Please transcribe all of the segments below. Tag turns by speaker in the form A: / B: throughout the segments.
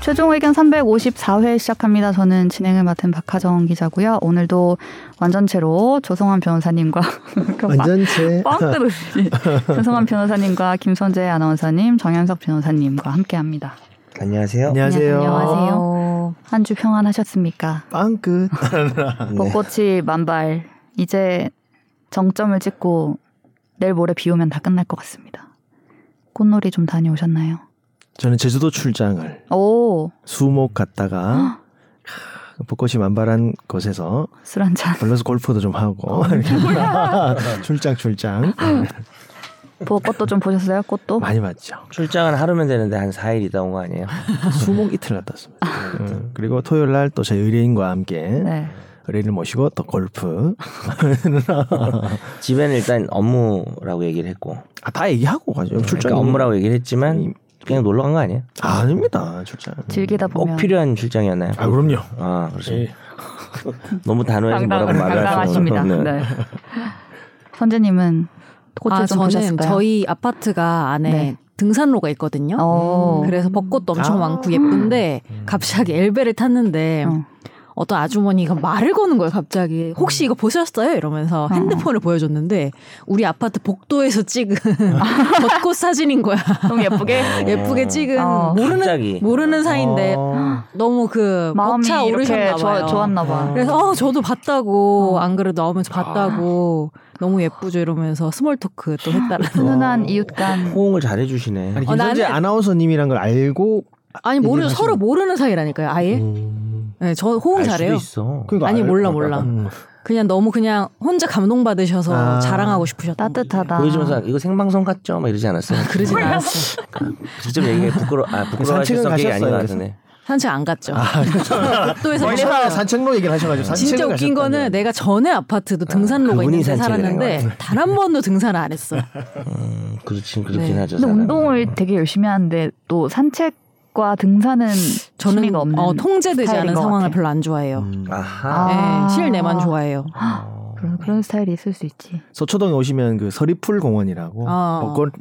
A: 최종의견 354회 시작합니다. 저는 진행을 맡은 박하정 기자고요. 오늘도 완전체로 조성환 변호사님과
B: 완전체
A: 뻥끗이 조성환 변호사님과 김선재 아나운서님, 정현석 변호사님과 함께합니다.
C: 안녕하세요.
B: 네, 안녕하세요.
A: 안녕하세요. 한 주 평안하셨습니까?
B: 빵끝. 네.
A: 벚꽃이 만발. 이제 정점을 찍고 내일 모레 비 오면 다 끝날 것 같습니다. 꽃놀이 좀 다녀오셨나요?
B: 저는 제주도 출장을
A: 오,
B: 수목 갔다가 벚꽃이 만발한 곳에서
A: 술 한잔.
B: 밸런스 골프도 좀 하고 출장 출장
A: 벚꽃도 좀 보셨어요? 꽃도?
B: 많이 봤죠.
C: 출장은 하루면 되는데 한 4일 있다 온 거 아니에요?
B: 수목 이틀 갔다 왔습니다. 음, 그리고 토요일 날 또 제 의뢰인과 함께
A: 네.
B: 의뢰인을 모시고 또 골프
C: 집에는 일단 업무라고 얘기를 했고
B: 아, 다 얘기하고 가죠. 출장
C: 그러니까 업무라고 얘기를 했지만 그냥 놀러 간 거 아니에요?
B: 아, 닙니다 출장.
A: 즐기다 보면
C: 꼭 필요한 출장이었나요?
B: 아 그럼요.
C: 아, 그렇습니다. 너무 단호해서 뭐라고 말을 할 수는
A: 당당하십니다.
C: 없는.
A: 네. 선재님은 꽃을 좀
D: 아, 저는
A: 보셨을까요?
D: 저희 아파트가 안에
A: 네.
D: 등산로가 있거든요.
A: 어.
D: 음, 그래서 벚꽃도 엄청
B: 아.
D: 많고 예쁜데
C: 음.
D: 갑자기 엘베를 탔는데
A: 어. 음.
D: 어떤 아주머니가 말을 거는 거예요. 갑자기 혹시 이거 보셨어요? 이러면서 핸드폰을 보여줬는데 우리 아파트 복도에서 찍은 벚꽃 사진인 거야.
A: 너무 예쁘게
D: 예쁘게 찍은
A: 어.
D: 모르는
C: 어. 갑자기.
D: 모르는 사이인데
B: 어,
D: 너무 그
A: 마음이
D: 벅차
A: 이렇게
D: 오르셨나 봐요.
A: 좋- 좋았나 봐.
D: 그래서 어 저도 봤다고
A: 어.
D: 안 그래도 나오면서 봤다고
C: 아.
D: 너무 예쁘죠 이러면서 스몰 토크 또 했다라.
C: 어.
A: 훈훈한 이웃간
C: 호응을 잘해 주시네.
B: 아니
D: 어,
B: 김선재
D: 나는-
B: 아나운서님이란 걸 알고
D: 아니 모르
B: 얘기를
D: 서로 모르는 사이라니까요 아예.
B: 음,
D: 네, 저 호응
C: 알
D: 잘해요.
C: 수도 있어.
B: 그러니까
D: 아니
B: 알-
D: 몰라 몰라.
B: 음.
D: 그냥 너무 그냥 혼자 감동 받으셔서
B: 아.
D: 자랑하고 싶으셨다.
A: 따뜻하다.
C: 보여주면서 이거 생방송 같죠? 막 이러지 않았어요?
A: 아,
D: 그러진 않았어.
C: 직접 얘기해 부끄러 아 부끄러워하실
B: 산책은
C: 성격이 아닌 것
B: 가셨어요,
C: 같은데.
D: 산책 안 갔죠. 복도에서
B: 멀리
D: 보셨어요.
B: 산- 산책로 얘기를 하셔가지고 산책을
D: 진짜
B: 가셨다는
D: 웃긴 거는 네. 내가 전에 아파트도 등산로가
C: 그분이
D: 있는데
C: 산책을 한
D: 살았는데 단 한 번도 등산을 안 했어.
C: 음, 그렇긴 그렇긴
D: 네.
C: 하죠.
A: 근데
C: 사람은.
A: 운동을 되게 열심히 하는데 또 산책과 등산은
D: 저는
A: 취미가 없는
D: 어, 통제되지
A: 스타일인
D: 않은
A: 것
D: 상황을
A: 같아요.
D: 별로 안 좋아해요.
B: 음.
C: 아하. 어.
A: 아.
D: 네, 실내만 좋아해요.
A: 그런, 그런 스타일이 있을 수
C: 음.
A: 있지.
B: 서초동에 오시면 그 서리풀 공원이라고
D: 어.
B: 벚꽃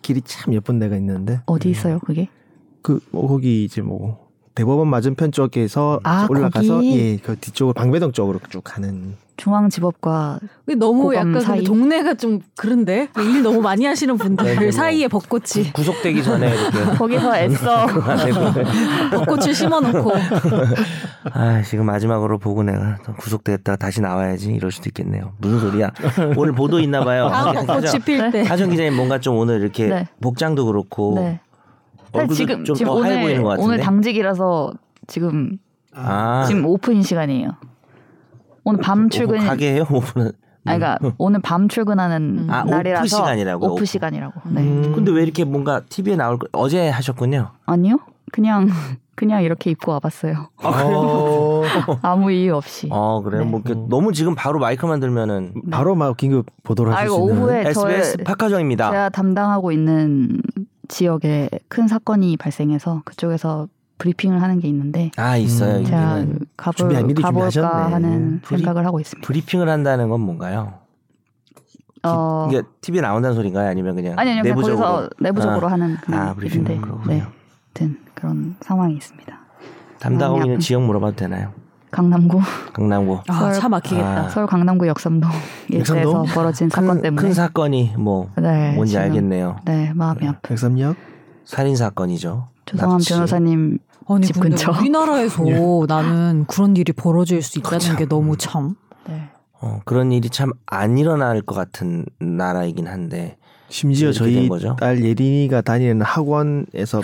B: 길이 참 예쁜 데가 있는데
A: 어디 있어요 그게?
B: 그뭐 거기 이제 뭐 대법원 맞은편 쪽에서
A: 아,
B: 올라가서
A: 거기?
B: 예그 뒤쪽으로 방배동 쪽으로 쭉 가는
A: 중앙지법과
D: 근데 너무
A: 고감
D: 약간 근데
A: 사이?
D: 동네가 좀 그런데 일 너무 많이 하시는 분들
C: 네, 뭐.
D: 사이에 벚꽃이
C: 구속되기 전에 이렇게
A: 거기서 애써
D: 벚꽃을 심어놓고
C: 아 지금 마지막으로 보고 내가 또 구속됐다가 다시 나와야지 이럴 수도 있겠네요. 무슨 소리야? 오늘 보도 있나 봐요.
D: 다음 아, 벚꽃이
C: 하정,
D: 필 때.
C: 하정 기자님 뭔가 좀 오늘 이렇게
A: 아, 네.
C: 복장도 그렇고
A: 네.
C: 어, 얼굴도
A: 지금
C: 좀
A: 지금
C: 더 하얘 보이는 것
A: 오늘
C: 같은데.
A: 오늘 당직이라서 지금
C: 아
A: 지금 오픈 시간이에요. 오늘 밤 출근
C: 오후 가게 해요 오픈은.
A: 아니, 그러니까 오늘 밤 출근하는
D: 음.
C: 아, 오프
A: 날이라서
C: 시간이라고요?
A: 오프
C: 오프. 음.
A: 시간이라고. 네.
C: 근데 왜 이렇게 뭔가 TV에 나올 거 어제 하셨군요.
A: 아니요. 그냥 그냥 이렇게 입고 와봤어요.
C: 아,
B: 어,
A: 아무 이유 없이.
C: 어 그래요.
A: 네.
C: 뭐 이렇게 너무 지금 바로 마이크만 들면은
B: 바로 막 긴급 보도를 하실
A: 아이고
B: 수 있는
A: 오후에 네, 저의
C: SBS 박하정입니다.
A: 제가 담당하고 있는 지역에 큰 사건이 발생해서 그쪽에서 브리핑을 하는 게 있는데
C: 아 있어요.
B: 음.
C: 이
A: 제가
C: 는
A: 가볼,
B: 준비, 미리
A: 가볼까
B: 준비하셨네.
A: 하는
C: 브리-
A: 생각을 하고 있습니다.
C: 브리핑을 한다는 건 뭔가요?
A: 어,
C: 이게 TV에 나온다는 소린가요? 아니면 그냥
A: 아니 아니요 그냥
C: 내부적으로?
A: 거기서 내부적으로 하는
C: 아,
A: 그냥
C: 브리핑.
A: 일인데
C: 그렇군요.
A: 네, 아무튼 그런 상황이 있습니다.
C: 담당하고 있는
A: 아니요.
C: 지역 물어봐도 되나요?
A: 강남구
C: 강남구.
D: 아, 차
C: 아.
D: 막히겠다.
A: 서울 강남구 역삼동 일대에서
B: 역삼동?
A: 벌어진 음, 사건 때문에
C: 큰 사건이 뭐
A: 네,
C: 뭔지
A: 지금-
C: 알겠네요.
A: 네 마음이 아프.
B: 백삼역
C: 살인 사건이죠.
A: 조성한
C: 납치.
A: 변호사님
D: 아니
A: 집
D: 어, 근데
A: 근처.
D: 우리나라에서 나는 그런 일이 벌어질 수 있다는 게 너무 참.
A: 네.
C: 어, 그런 일이 참 안 일어날 것 같은 나라이긴 한데
B: 심지어
C: 이렇게 된
B: 저희
C: 거죠?
B: 딸 예린이가 다니는 학원에서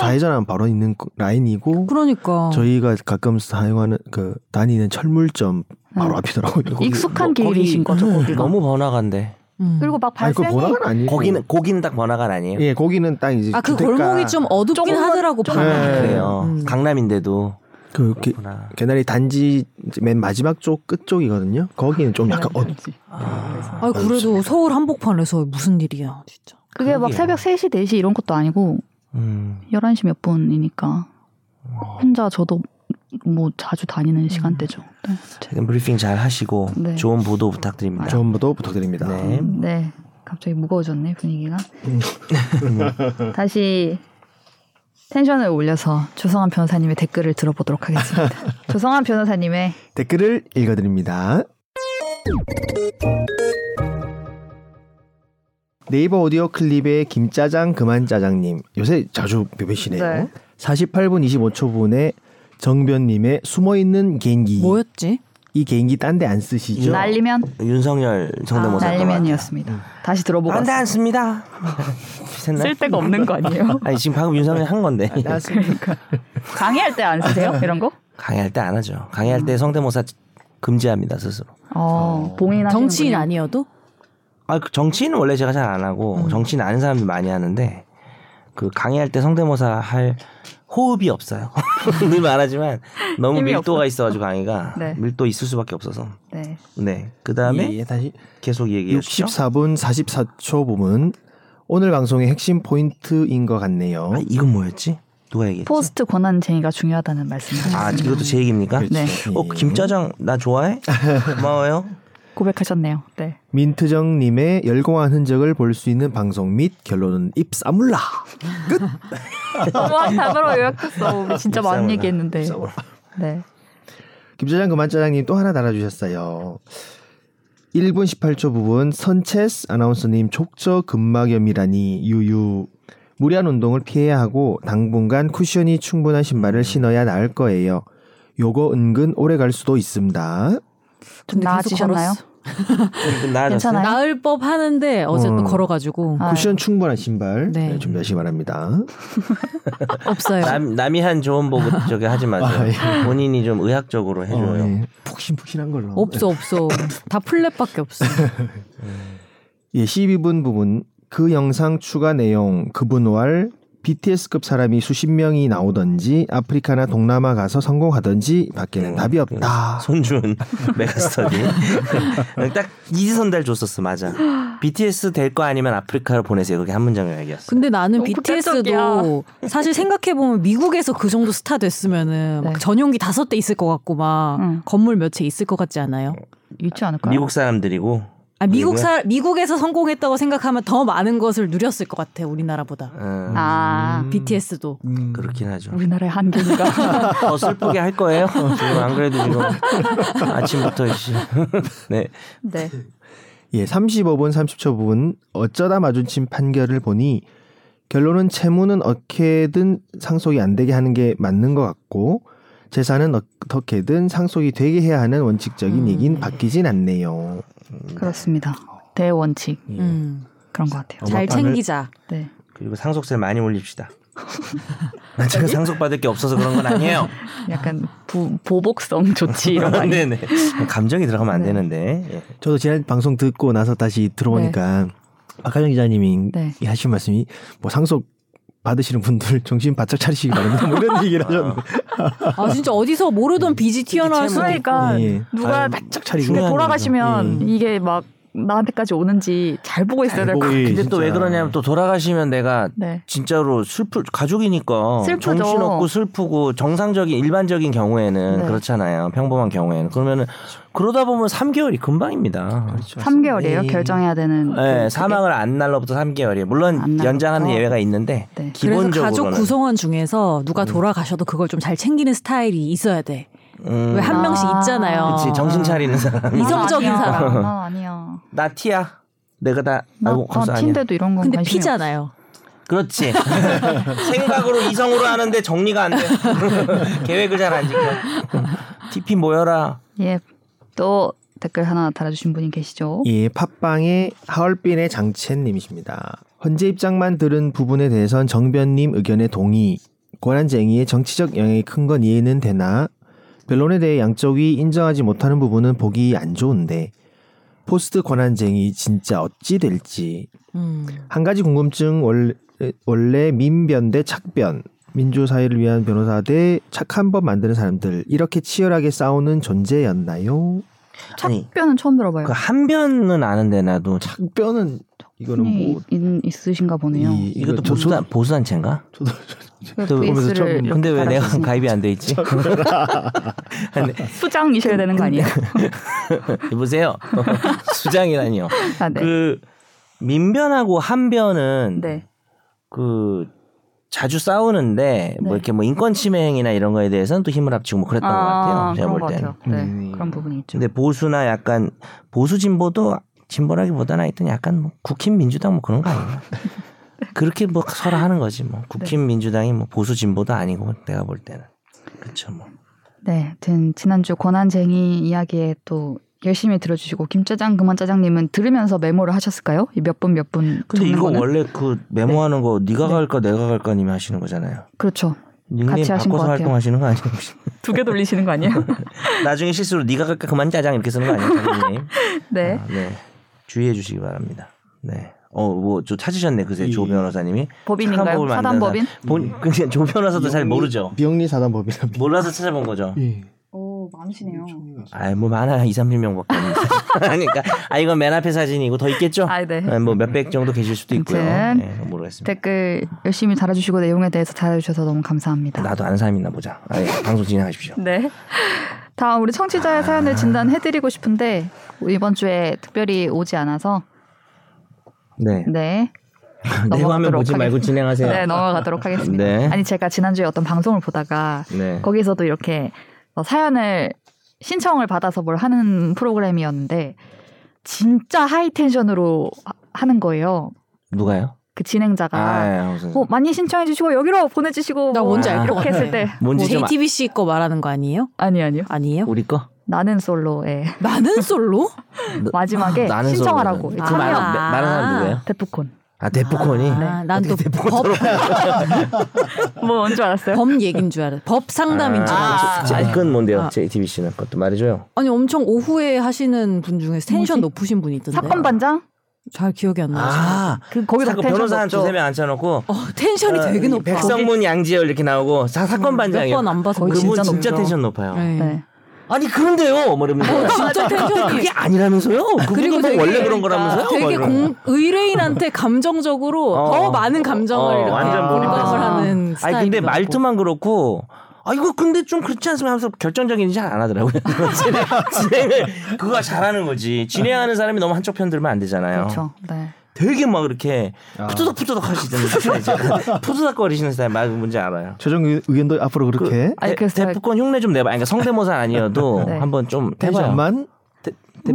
B: 좌회전하면 바로 있는 거- 라인이고
D: 그러니까
B: 저희가 가끔 사용하는 그 다니는 철물점 바로
A: 네.
B: 앞이더라고요. 거기-
A: 익숙한
C: 뭐 거기-
A: 길이신 거죠 거기가.
C: 너무 번화가인데
D: 음.
A: 그리고 막
B: 아니 그
A: 발생이
B: 번화가는 아니고
C: 거기는 고기는 딱 번화가 아니에요.
B: 예 거기는 딱 이제
D: 아 그
B: 주택가-
D: 골목이 좀 어둡긴
A: 조금은-
D: 하더라고
A: 조금은
D: 밤에.
B: 네.
C: 그래요.
D: 음.
C: 강남인데도
B: 그 개-
C: 그렇구나.
B: 개나리 단지 이제 맨 마지막 쪽 끝 쪽이거든요. 거기는 좀 약간
A: 네.
B: 어
D: 아 그래도 서울 한복판에서 무슨 일이야 진짜.
A: 그게 막
C: 그러게요.
A: 새벽 3시 4시 이런 것도 아니고
C: 음.
A: 11시 몇 분이니까
C: 어.
A: 혼자 저도 뭐 자주 다니는 시간대죠. 네.
C: 최근 브리핑 잘 하시고
A: 네.
C: 좋은 보도 부탁드립니다.
B: 어, 전부도 부탁드립니다.
C: 네.
A: 네.
C: 음.
A: 갑자기 무거워졌네 분위기가. 다시 텐션을 올려서 조성한 변호사님의 댓글을 들어보도록 하겠습니다. 조성한 변호사님의
B: 댓글을 읽어드립니다. 네이버 오디오 클립의 김짜장 그만짜장님 요새 자주 뵈뵈시네요.
A: 네.
B: 48분 25초 분에 정변님의 숨어있는 개인기
D: 뭐였지?
B: 이 개인기 딴 데 안 쓰시죠?
A: 날리면
C: 윤석열 성대모사.
A: 아, 날리면이었습니다.
C: 음.
A: 다시 들어보고
C: 안돼
A: 왔습니다.
C: 않습니다. 비슷했나?
A: 쓸데가 없는 거 아니에요?
C: 아니 지금 방금 윤석열 한 건데
A: 그러니까 강의할 때 안 쓰세요? 이런 거?
C: 강의할 때 안 하죠. 강의할 때 성대모사 금지합니다 스스로.
A: 어, 봉인하시는
D: 정치인
A: 분이-
D: 아니어도
C: 아, 그 정치인은 원래 제가 잘 안 하고
A: 음.
C: 정치인 아는 사람들 많이 하는데 그 강의할 때 성대모사 할 호흡이 없어요. 늘 말하지만 너무
A: 힘이
C: 밀도가 있어가지고 강의가
A: 네.
C: 밀도 있을 수밖에 없어서
A: 네.
C: 네 그다음에
B: 예, 예, 다시
C: 계속 얘기해 주시죠.
B: 64분 44초 부분 오늘 방송의 핵심 포인트인 것 같네요.
C: 아, 이건 뭐였지? 누가 얘기했지?
A: 포스트 권한쟁의가 중요하다는 말씀을
C: 아
A: 하셨습니다.
C: 이것도 제 얘기입니까?
B: 그렇지.
A: 네.
C: 어 김짜장 나 좋아해? 고마워요.
A: 고백하셨네요. 네.
B: 민트정님의 열공한 흔적을 볼 수 있는 방송 및 결론은 입사물라.
A: 너무 답으로 요약했어. 우리 진짜 많은
C: 입사물라.
A: 얘기했는데. 네.
B: 김짜장 그만짜장님 또 하나 달아주셨어요. 1분 18초 부분 선체스 아나운서님 촉저 근막염이라니 유유 무리한 운동을 피해야 하고 당분간 쿠션이 충분한 신발을 신어야 나을 거예요. 요거 은근 오래 갈 수도 있습니다.
A: 좀
D: 근데 계속
A: 나아지셨나요?
D: 걸었어.
C: 좀 나아졌어요.
A: 괜찮아요?
D: 나을 법 하는데 어제
B: 음.
D: 또 걸어가지고
A: 아.
B: 쿠션 충분한 신발
D: 네.
B: 네, 준비하시기 바랍니다.
D: 없어요.
C: 남, 남이 한 조언 보고 저기 하지 마세요. 본인이 좀 의학적으로 해줘요.
B: 아, 예. 어, 예. 푹신푹신한 걸로.
D: 없어 없어. 다 플랫밖에 없어.
B: 예, 12분 부분 그 영상 추가 내용 그분왈 BTS급 사람이 수십 명이 나오던지 아프리카나 동남아 가서 성공하던지 밖에는
C: 음,
B: 답이 없다.
C: 손준 메가스터디 딱 이지선달 줬었어 맞아 BTS 될 거 아니면 아프리카로 보내세요 그게 한 문장 이야기였어
D: 근데 나는
A: 너무
D: BTS도
A: 극단적이야.
D: 사실 생각해 보면 미국에서 그 정도 스타 됐으면은
A: 네.
D: 막 전용기 다섯 대 있을 것 같고 막
A: 응.
D: 건물 몇 채 있을 것 같지 않아요?
A: 있지 않을까요?
C: 미국 사람들이고
D: 아, 미국
C: 그리고요?
D: 사 미국에서 성공했다고 생각하면 더 많은 것을 누렸을 것 같아 우리나라보다.
C: 음,
A: 아,
D: BTS도
B: 음,
C: 그렇긴 하죠
A: 우리나라의 한계인가?
C: 더 슬프게 할 거예요 지금 안 그래도 지금 아침부터 씨. 네
A: 네.
B: 예, 35분 30초 부분 어쩌다 마주친 판결을 보니 결론은 채무는 어떻게든 상속이 안 되게 하는 게 맞는 것 같고 재산은 어떻게든 상속이 되게 해야 하는 원칙적인
D: 음.
B: 얘긴 바뀌진 않네요.
A: 그렇습니다. 대원칙
B: 예.
D: 음.
A: 그런 것 같아요.
B: 어머,
D: 잘
B: 빵을-
D: 챙기자.
A: 네.
C: 그리고 상속세를 많이 올립시다 제가 상속받을 게 없어서 그런 건 아니에요
A: 약간 부, 보복성 조치 이런 거 아니에요?
C: 네네 감정이 들어가면 안
A: 네.
C: 되는데 예.
B: 저도 지난 방송 듣고 나서 다시 들어보니까 박하정 기자님이
A: 네.
B: 이 하신 말씀이 뭐 상속 받으시는 분들 정신 바짝 차리시기 바랍니다. 뭐 이런 얘기를 하셨는데
D: 아 진짜 어디서
C: 음.
D: 모르던 빚이 튀어나올 수도 있고.
A: 그러니까
B: 예, 예.
A: 누가
C: 아유,
B: 바짝
A: 근데
C: 중요한
A: 돌아가시면
B: 거죠. 예.
A: 이게 막 나한테까지 오는지 잘 보고 있어야 될 것 같아요.
C: 근데 또 왜 그러냐면 또 돌아가시면 내가
A: 네.
C: 진짜로 슬프 가족이니까
A: 슬프죠.
C: 정신없고 슬프고 정상적인 일반적인 경우에는
A: 네.
C: 그렇잖아요. 평범한 경우에는 그러면은 그러다 보면 3개월이 금방입니다.
A: 3개월이에요.
C: 예.
A: 결정해야 되는.
C: 네,
A: 그렇죠. 그-
C: 사망을 안 날로부터 3개월이에요.
A: 안
C: 물론
A: 날로부터.
C: 연장하는 예외가 있는데
A: 네.
D: 그래서 가족
C: 기본적으로는 음.
D: 구성원 중에서 누가 돌아가셔도 그걸 좀 잘 챙기는 스타일이 있어야 돼.
C: 음,
D: 왜 한 명씩
A: 아.
D: 있잖아요.
C: 그치, 정신 차리는 사람.
D: 이성적인
A: 아니야.
D: 사람.
A: 아, 아니야.
C: 나 티야. 내가 다
A: 나,
C: 알고
A: 나
C: 감사 아니야.
A: 틴데도 이런 건
D: 근데
A: 관심이
D: 피잖아요.
C: 그렇지. 생각으로 이성으로 하는데 정리가 안 돼. 계획을 잘 안 지켜. TP 모여라.
A: 없- 예. 또 댓글 하나 달아주신 분이 계시죠.
B: 예, 팟빵의 하얼빈의 장첸님이십니다. 헌재 입장만 들은 부분에 대해선 정변님 의견에 동의. 권한쟁의의 정치적 영향이 큰 건 이해는 되나 변론에 대해 양쪽이 인정하지 못하는 부분은 보기 안 좋은데 포스트 권한쟁의 진짜 어찌 될지
D: 음.
B: 한 가지 궁금증 원래, 원래 민변 대 착변 민주사회를 위한 변호사 대 착한 법 만드는 사람들 이렇게 치열하게 싸우는 존재였나요?
C: 아니,
A: 뼈는 처음 들어봐요.
C: 그 한변은 아는데 나도 참
B: 착변은 이거는
A: 이-
B: 뭐
A: 인- 있으신가 보네요.
B: 이- 이거
C: 이것도
B: 저-
C: 보수
B: 저도-
C: 단 보수 단체인가?
B: 저도
A: 그
C: 또
A: 베이스를
B: 보면서 처음-
A: 이렇게
C: 근데 왜 내가
A: 달아주시니까.
C: 가입이 안 돼 있지?
A: 수장이셔야 되는 거 아니에요?
C: 보세요 수장이라니요.
A: 아, 네.
C: 그 민변하고 한변은
A: 네.
C: 그 자주 싸우는데
D: 네.
C: 뭐 이렇게 뭐 인권 침해 행위나 이런 거에 대해서는 또 힘을 합치고 뭐 그랬던 것 같아요. 제가
A: 그런
C: 볼
A: 것
C: 때는.
A: 같아요. 네,
B: 음.
A: 그런 부분이 있죠.
C: 근데 보수나 약간 보수 진보도 진보라기보다는 하여튼 약간 뭐 국힘 민주당 뭐 그런 거 아닌가. 그렇게 뭐 서로 하는 거지 뭐
A: 네.
C: 국힘 민주당이 뭐 보수 진보도 아니고 내가 볼 때는 그렇죠 뭐.
A: 네, 하여튼 지난주 권한쟁이 이야기에 또 열심히 들어주시고 김짜장 그만짜장님은 들으면서 메모를 하셨을까요? 몇 분 몇 분
C: 근데
A: 적는
C: 이거
A: 거는?
C: 원래 그 메모하는 거 네가 갈까 내가 갈까 님이 하시는 거잖아요.
A: 그렇죠.
C: 닉네임
A: 같이 하신 것
C: 바꿔서
A: 같아요.
C: 활동하시는 거 아니에요? 혹시?
A: 두 개 돌리시는 거 아니에요?
C: 나중에 실수로 네가 갈까 그만 짜장 이렇게 쓰는 거 아니에요? 자기 닉네임?
A: 네.
C: 아, 네. 주의해 주시기 바랍니다. 네. 어, 뭐, 저 찾으셨네, 그새
B: 예.
C: 조 변호사님이. 착한
A: 법인인가요?
C: 법을 만드는
A: 사단법인?
C: 사람. 본, 근데 조 변호사도 잘 모르죠.
B: 비영리 사단법이랍니다.
C: 몰라서 찾아본 거죠.
B: 예.
A: 오, 많으시네요.
C: 아이, 뭐, 많아요. 2, 300명 밖에 없는데. 그러니까, 아, 이건 맨 앞에 사진이고 더 있겠죠?
A: 아, 네.
C: 네, 뭐, 몇백 정도 계실 수도 있고요.
A: 아무튼
C: 네, 모르겠습니다.
A: 댓글 열심히 달아주시고 내용에 대해서 달아주셔서 너무 감사합니다.
C: 나도 아는 사람 있나 보자. 아, 예. 방송 진행하십시오.
A: 네. 다음 우리 청취자의 사연을 진단해드리고 싶은데 이번 주에 특별히 오지 않아서
C: 네.
A: 네.
C: 내 화면
A: 넘어가도록
C: 보지 말고 진행하세요.
A: 네, 넘어가도록 하겠습니다.
C: 네.
A: 아니 제가 지난주에 어떤 방송을 보다가
C: 네.
A: 거기서도 이렇게 어, 사연을 신청을 받아서 뭘 하는 프로그램이었는데 진짜 하이 텐션으로 하- 하는 거예요.
C: 누가요?
A: 그 진행자가
C: 아, 무슨.
A: 어, 많이 신청해 주시고 여기로 보내 주시고
D: 나 뭔지
C: 알것
A: 이렇게
D: 같아.
A: 했을 때
C: 뭔지
D: 뭐
C: 좀. 아-
D: JTBC 거 말하는 거 아니에요?
A: 아니 아니요.
D: 아니에요?
C: 우리 거?
A: 나는 솔로의 예.
D: 나는 솔로?
A: 마지막에
C: 아, 나는
A: 예, 신청하라고
C: 소리거든.
A: 참여
C: 그 말,
D: 아.
C: 말하는 사람 누구예요?
A: 데프콘
C: 아, 대포콘이?
A: 네.
D: 아, 난또 법,
A: 뭐 뭔 줄 알았어요?
D: 법 얘긴 줄 알았어. 법 상담인 줄
C: 아,
D: 알았어.
C: 자, 그건 뭔데요? JTBC는 그것도 말해줘요.
D: 아니 엄청 오후에 하시는 분 중에 텐션 높으신 분이 있던데.
A: 사건 반장
D: 잘 기억이 안 나요.
C: 아,
A: 그 거기서
C: 사건
A: 텐션
C: 변호사 한
A: 높죠.
C: 두세 명 앉혀놓고
D: 어, 텐션이 되게
C: 이
D: 높아.
C: 백성문 양지열 이렇게 나오고
A: 음,
C: 사, 사건 반장이요.
D: 몇번 안 봐서
A: 거의
C: 그분 진짜,
A: 진짜 높죠.
C: 텐션 높아요.
D: 네.
A: 네.
C: 아니 그런데요, 뭐 이러면서
A: 아,
D: 진짜 텐션이
C: 그게 아니라면서요? 그리고
D: 그리고 되게
C: 원래 그런 거라면서요? 뭐
D: 되게
C: 이러면서.
D: 공, 의뢰인한테 감정적으로
C: 어.
D: 더 많은 감정을
C: 어,
D: 이렇게
C: 완전
D: 공감을
A: 몰입해서.
D: 하는
C: 아니
D: 스타일.
C: 근데 말투만 그렇고. 아 이거 근데 좀 그렇지 않습니까? 하면서 결정적인 잘 안 하더라고요. 진행- 진행을 그거 잘하는 거지. 진행하는 사람이 너무 한쪽 편 들면 안 되잖아요.
A: 그렇죠. 네.
C: 되게 막 이렇게
B: 아.
C: 푸드덕 푸드덕 하시던데 푸드덕 거리시는 스타일 말 뭔지 알아요.
B: 최종 의- 의견도 앞으로 그렇게
A: 아니,
C: 대-
A: 그래서 제가-
C: 대포권 흉내 좀 내봐. 그러니까 성대모사 아니어도
A: 네.
C: 한번 좀 해봐요.
B: 텐션만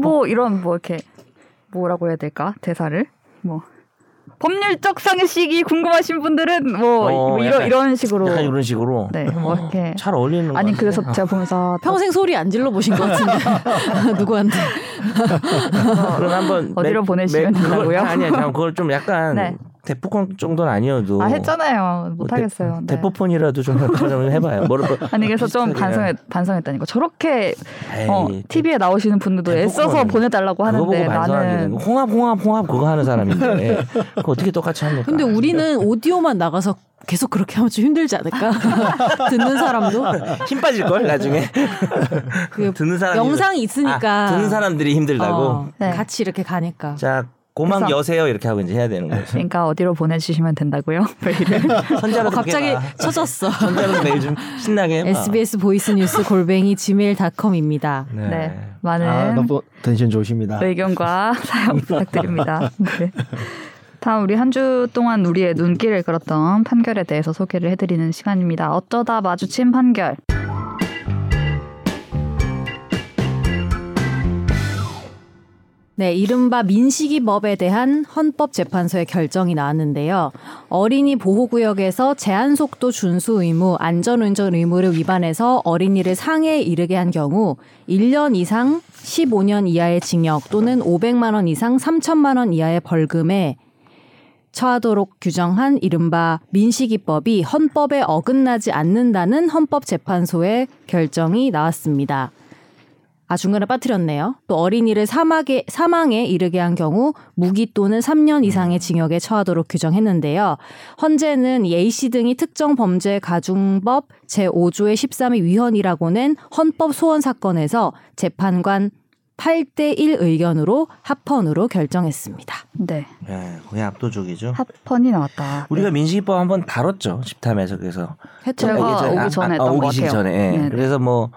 A: 뭐 이런 뭐 이렇게 뭐라고 해야 될까 대사를 뭐 법률적 상식이 궁금하신 분들은 뭐,
C: 어,
A: 뭐
C: 약간-
A: 이런 이런 식으로
C: 약간 이런 식으로.
A: 네, 뭐 이렇게
C: 잘 어울리는 거.
A: 아니 그래서 제가 보면서
D: 평생 소리 안 질러 보신 것 같은데 누구한테
C: 그럼 한번
A: 어디로
C: 맥-
A: 보내시면
C: 맥- 그걸-
A: 된다고요?
C: 아니 아니 그걸 좀 약간
A: 네.
C: 대포권 정도는 아니어도.
A: 아 했잖아요
C: 뭐
A: 못 하겠어요. 네.
C: 대, 포폰이라도좀 그거 좀 해봐요. 뭐를 또-
A: 아니 그래서 좀
C: 비슷하게.
A: 반성했 반성했다니까 저렇게
C: 에이,
A: 어, TV에 나오시는 분들도
C: 대포권은
A: 애써서 보내달라고
C: 그거 보고
A: 하는데
C: 반성하는
A: 나는
C: 홍합 홍합 홍합 그거 하는 사람인데 그거 어떻게 똑같이 합니까?
D: 근데 우리는 오디오만 나가서 계속 그렇게 하면 좀 힘들지 않을까? 듣는 사람도
C: 힘 빠질 걸 나중에
D: 그
C: 듣는 사람
D: 영상이 있으니까
C: 듣는 아, 사람들이 힘들다고.
D: 그러니까. 어,
A: 네.
D: 같이 이렇게 가니까
C: 자 고막
A: 그래서-
C: 여세요 이렇게 하고 이제 해야 되는 거죠.
A: 그러니까 어디로 보내주시면 된다고요? 메일을
C: 선자로
D: 어, 갑자기 쳐졌어.
C: 선자로 매일 좀 신나게. 해봐.
D: SBS 보이스 뉴스 골뱅이 gmail.com입니다.
C: 네.
A: 네
B: 아,
A: 많은
B: 너무 텐션 좋으십니다.
A: 의견과 사연 부탁드립니다. 네. 다음 우리 한 주 동안 우리의 눈길을 끌었던 판결에 대해서 소개를 해드리는 시간입니다. 어쩌다 마주친 판결.
D: 네, 이른바 민식이법에 대한 헌법재판소의 결정이 나왔는데요. 어린이 보호구역에서 제한속도 준수 의무, 안전운전 의무를 위반해서 어린이를 상해에 이르게 한 경우 1년 이상 15년 이하의 징역 또는 500만 원 이상 3천만 원 이하의 벌금에 처하도록 규정한 이른바 민식이법이 헌법에 어긋나지 않는다는 헌법재판소의 결정이 나왔습니다. 아 중간에 빠뜨렸네요. 또 어린이를 사막에, 사망에 이르게 한 경우 무기 또는 3년
C: 음.
D: 이상의 징역에 처하도록 규정했는데요. 헌재는 이 A씨 등이 특정 범죄 가중법 제5조의 13의 위헌이라고 낸 헌법 소원 사건에서 재판관 8대1 의견으로 합헌으로 결정했습니다.
A: 네,
C: 네, 거의 압도적이죠.
A: 핫펀이 나왔다.
C: 우리가 민식이법 한번 다뤘죠. 집탐에서 그래서
A: 제가
C: 이게 저희-
A: 오기 전에
C: 아, 아,
A: 했던
C: 오기
A: 것 같아요.
C: 전에. 예.
A: 네네.
C: 그래서 뭐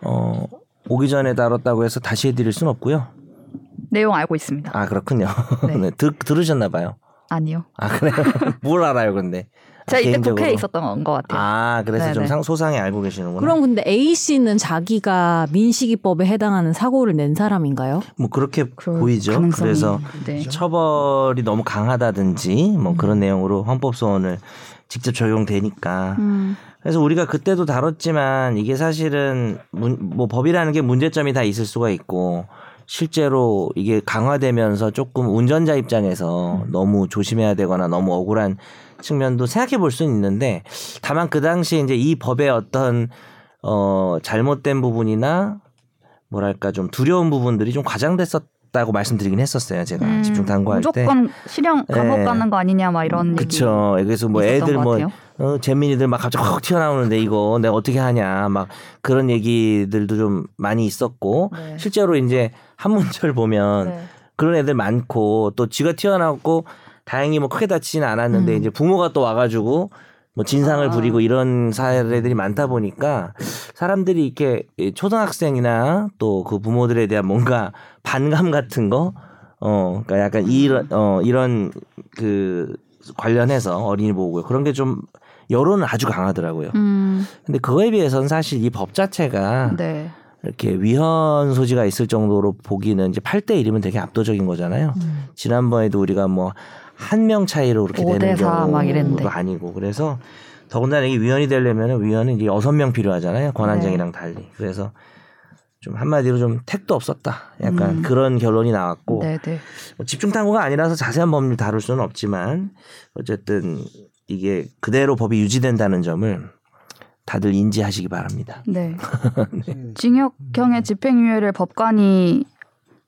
C: 어, 오기 전에 다뤘다고 해서 다시 해드릴 순 없고요.
A: 네. 내용 알고 있습니다.
C: 아 그렇군요.
A: 네.
C: 네, 들, 들으셨나 봐요.
A: 아니요.
C: 아 그래요? 뭘 알아요, 근데?
A: 제가 이때
C: 개인적으로.
A: 국회에 있었던 것 같아요.
C: 아, 그래서 좀
A: 네네.
C: 상, 소상히 알고 계시는구나.
D: 그럼 근데 A 씨는 자기가 민식이법에 해당하는 사고를 낸 사람인가요?
C: 뭐 그렇게
A: 그럴
C: 보이죠.
A: 가능성이,
C: 그래서
A: 네. 음.
C: 처벌이 너무 강하다든지 뭐 그런 내용으로 헌법 소원을 직접 적용되니까
A: 음,
C: 그래서 우리가 그때도 다뤘지만 이게 사실은 문- 뭐 법이라는 게 문제점이 다 있을 수가 있고 실제로 이게 강화되면서 조금 운전자 입장에서 너무 조심해야 되거나 너무 억울한 측면도 생각해 볼 수는 있는데 다만 그 당시에 이제 이 법의 어떤 어 잘못된 부분이나 뭐랄까 좀 두려운 부분들이 좀 과장됐었다고 말씀드리긴 했었어요 제가
A: 음,
C: 아, 집중 당구할 때
A: 무조건 실형 감옥
C: 예.
A: 가는 거 아니냐 막 이런
C: 그쵸. 그래서 뭐
A: 있었던
C: 애들
A: 것
C: 뭐
A: 같아요.
C: 어, 재민이들 막 갑자기 확 튀어나오는데 이거 내가 어떻게 하냐 막 그런 얘기들도 좀 많이 있었고
A: 네.
C: 실제로 이제 한문철 보면
A: 얘기. 네.
C: 그런 애들 많고 또 쥐가 튀어나왔고 다행히 뭐 크게 다치진 않았는데
A: 음.
C: 이제 부모가 또 와가지고 뭐 진상을
A: 아.
C: 부리고 이런 사례들이 많다 보니까 사람들이 이렇게 이 초등학생이나 또 그 부모들에 대한 뭔가 반감 같은 거, 어, 그러니까
A: 음.
C: 약간 이런 어 이런 그 관련해서 어린이 보호고요 그런 게 좀 여론은 아주 강하더라고요.
A: 음,
C: 근데 그거에 비해서는 사실 이 법 자체가
A: 네.
C: 이렇게 위헌 소지가 있을 정도로 보기는 이제 8대 1이면 되게 압도적인 거잖아요. 지난번에도 우리가 뭐 한 명 차이로 그렇게
A: 음. 오대
C: 되는
A: 사
C: 경우도
A: 막 이랬는데.
C: 아니고 그래서 더군다나 이게 위헌이 되려면 위헌은 이제 여섯 명 필요하잖아요. 권한쟁이랑
A: 네.
C: 달리. 그래서 좀 한마디로 좀 택도 없었다. 약간
A: 음.
C: 그런 결론이 나왔고
A: 네, 네.
C: 뭐 집중 탐구가 아니라서 자세한 법률 다룰 수는 없지만 어쨌든 이게 그대로 법이 유지된다는 점을 다들 인지하시기 바랍니다.
A: 네. 징역형의 집행유예를 법관이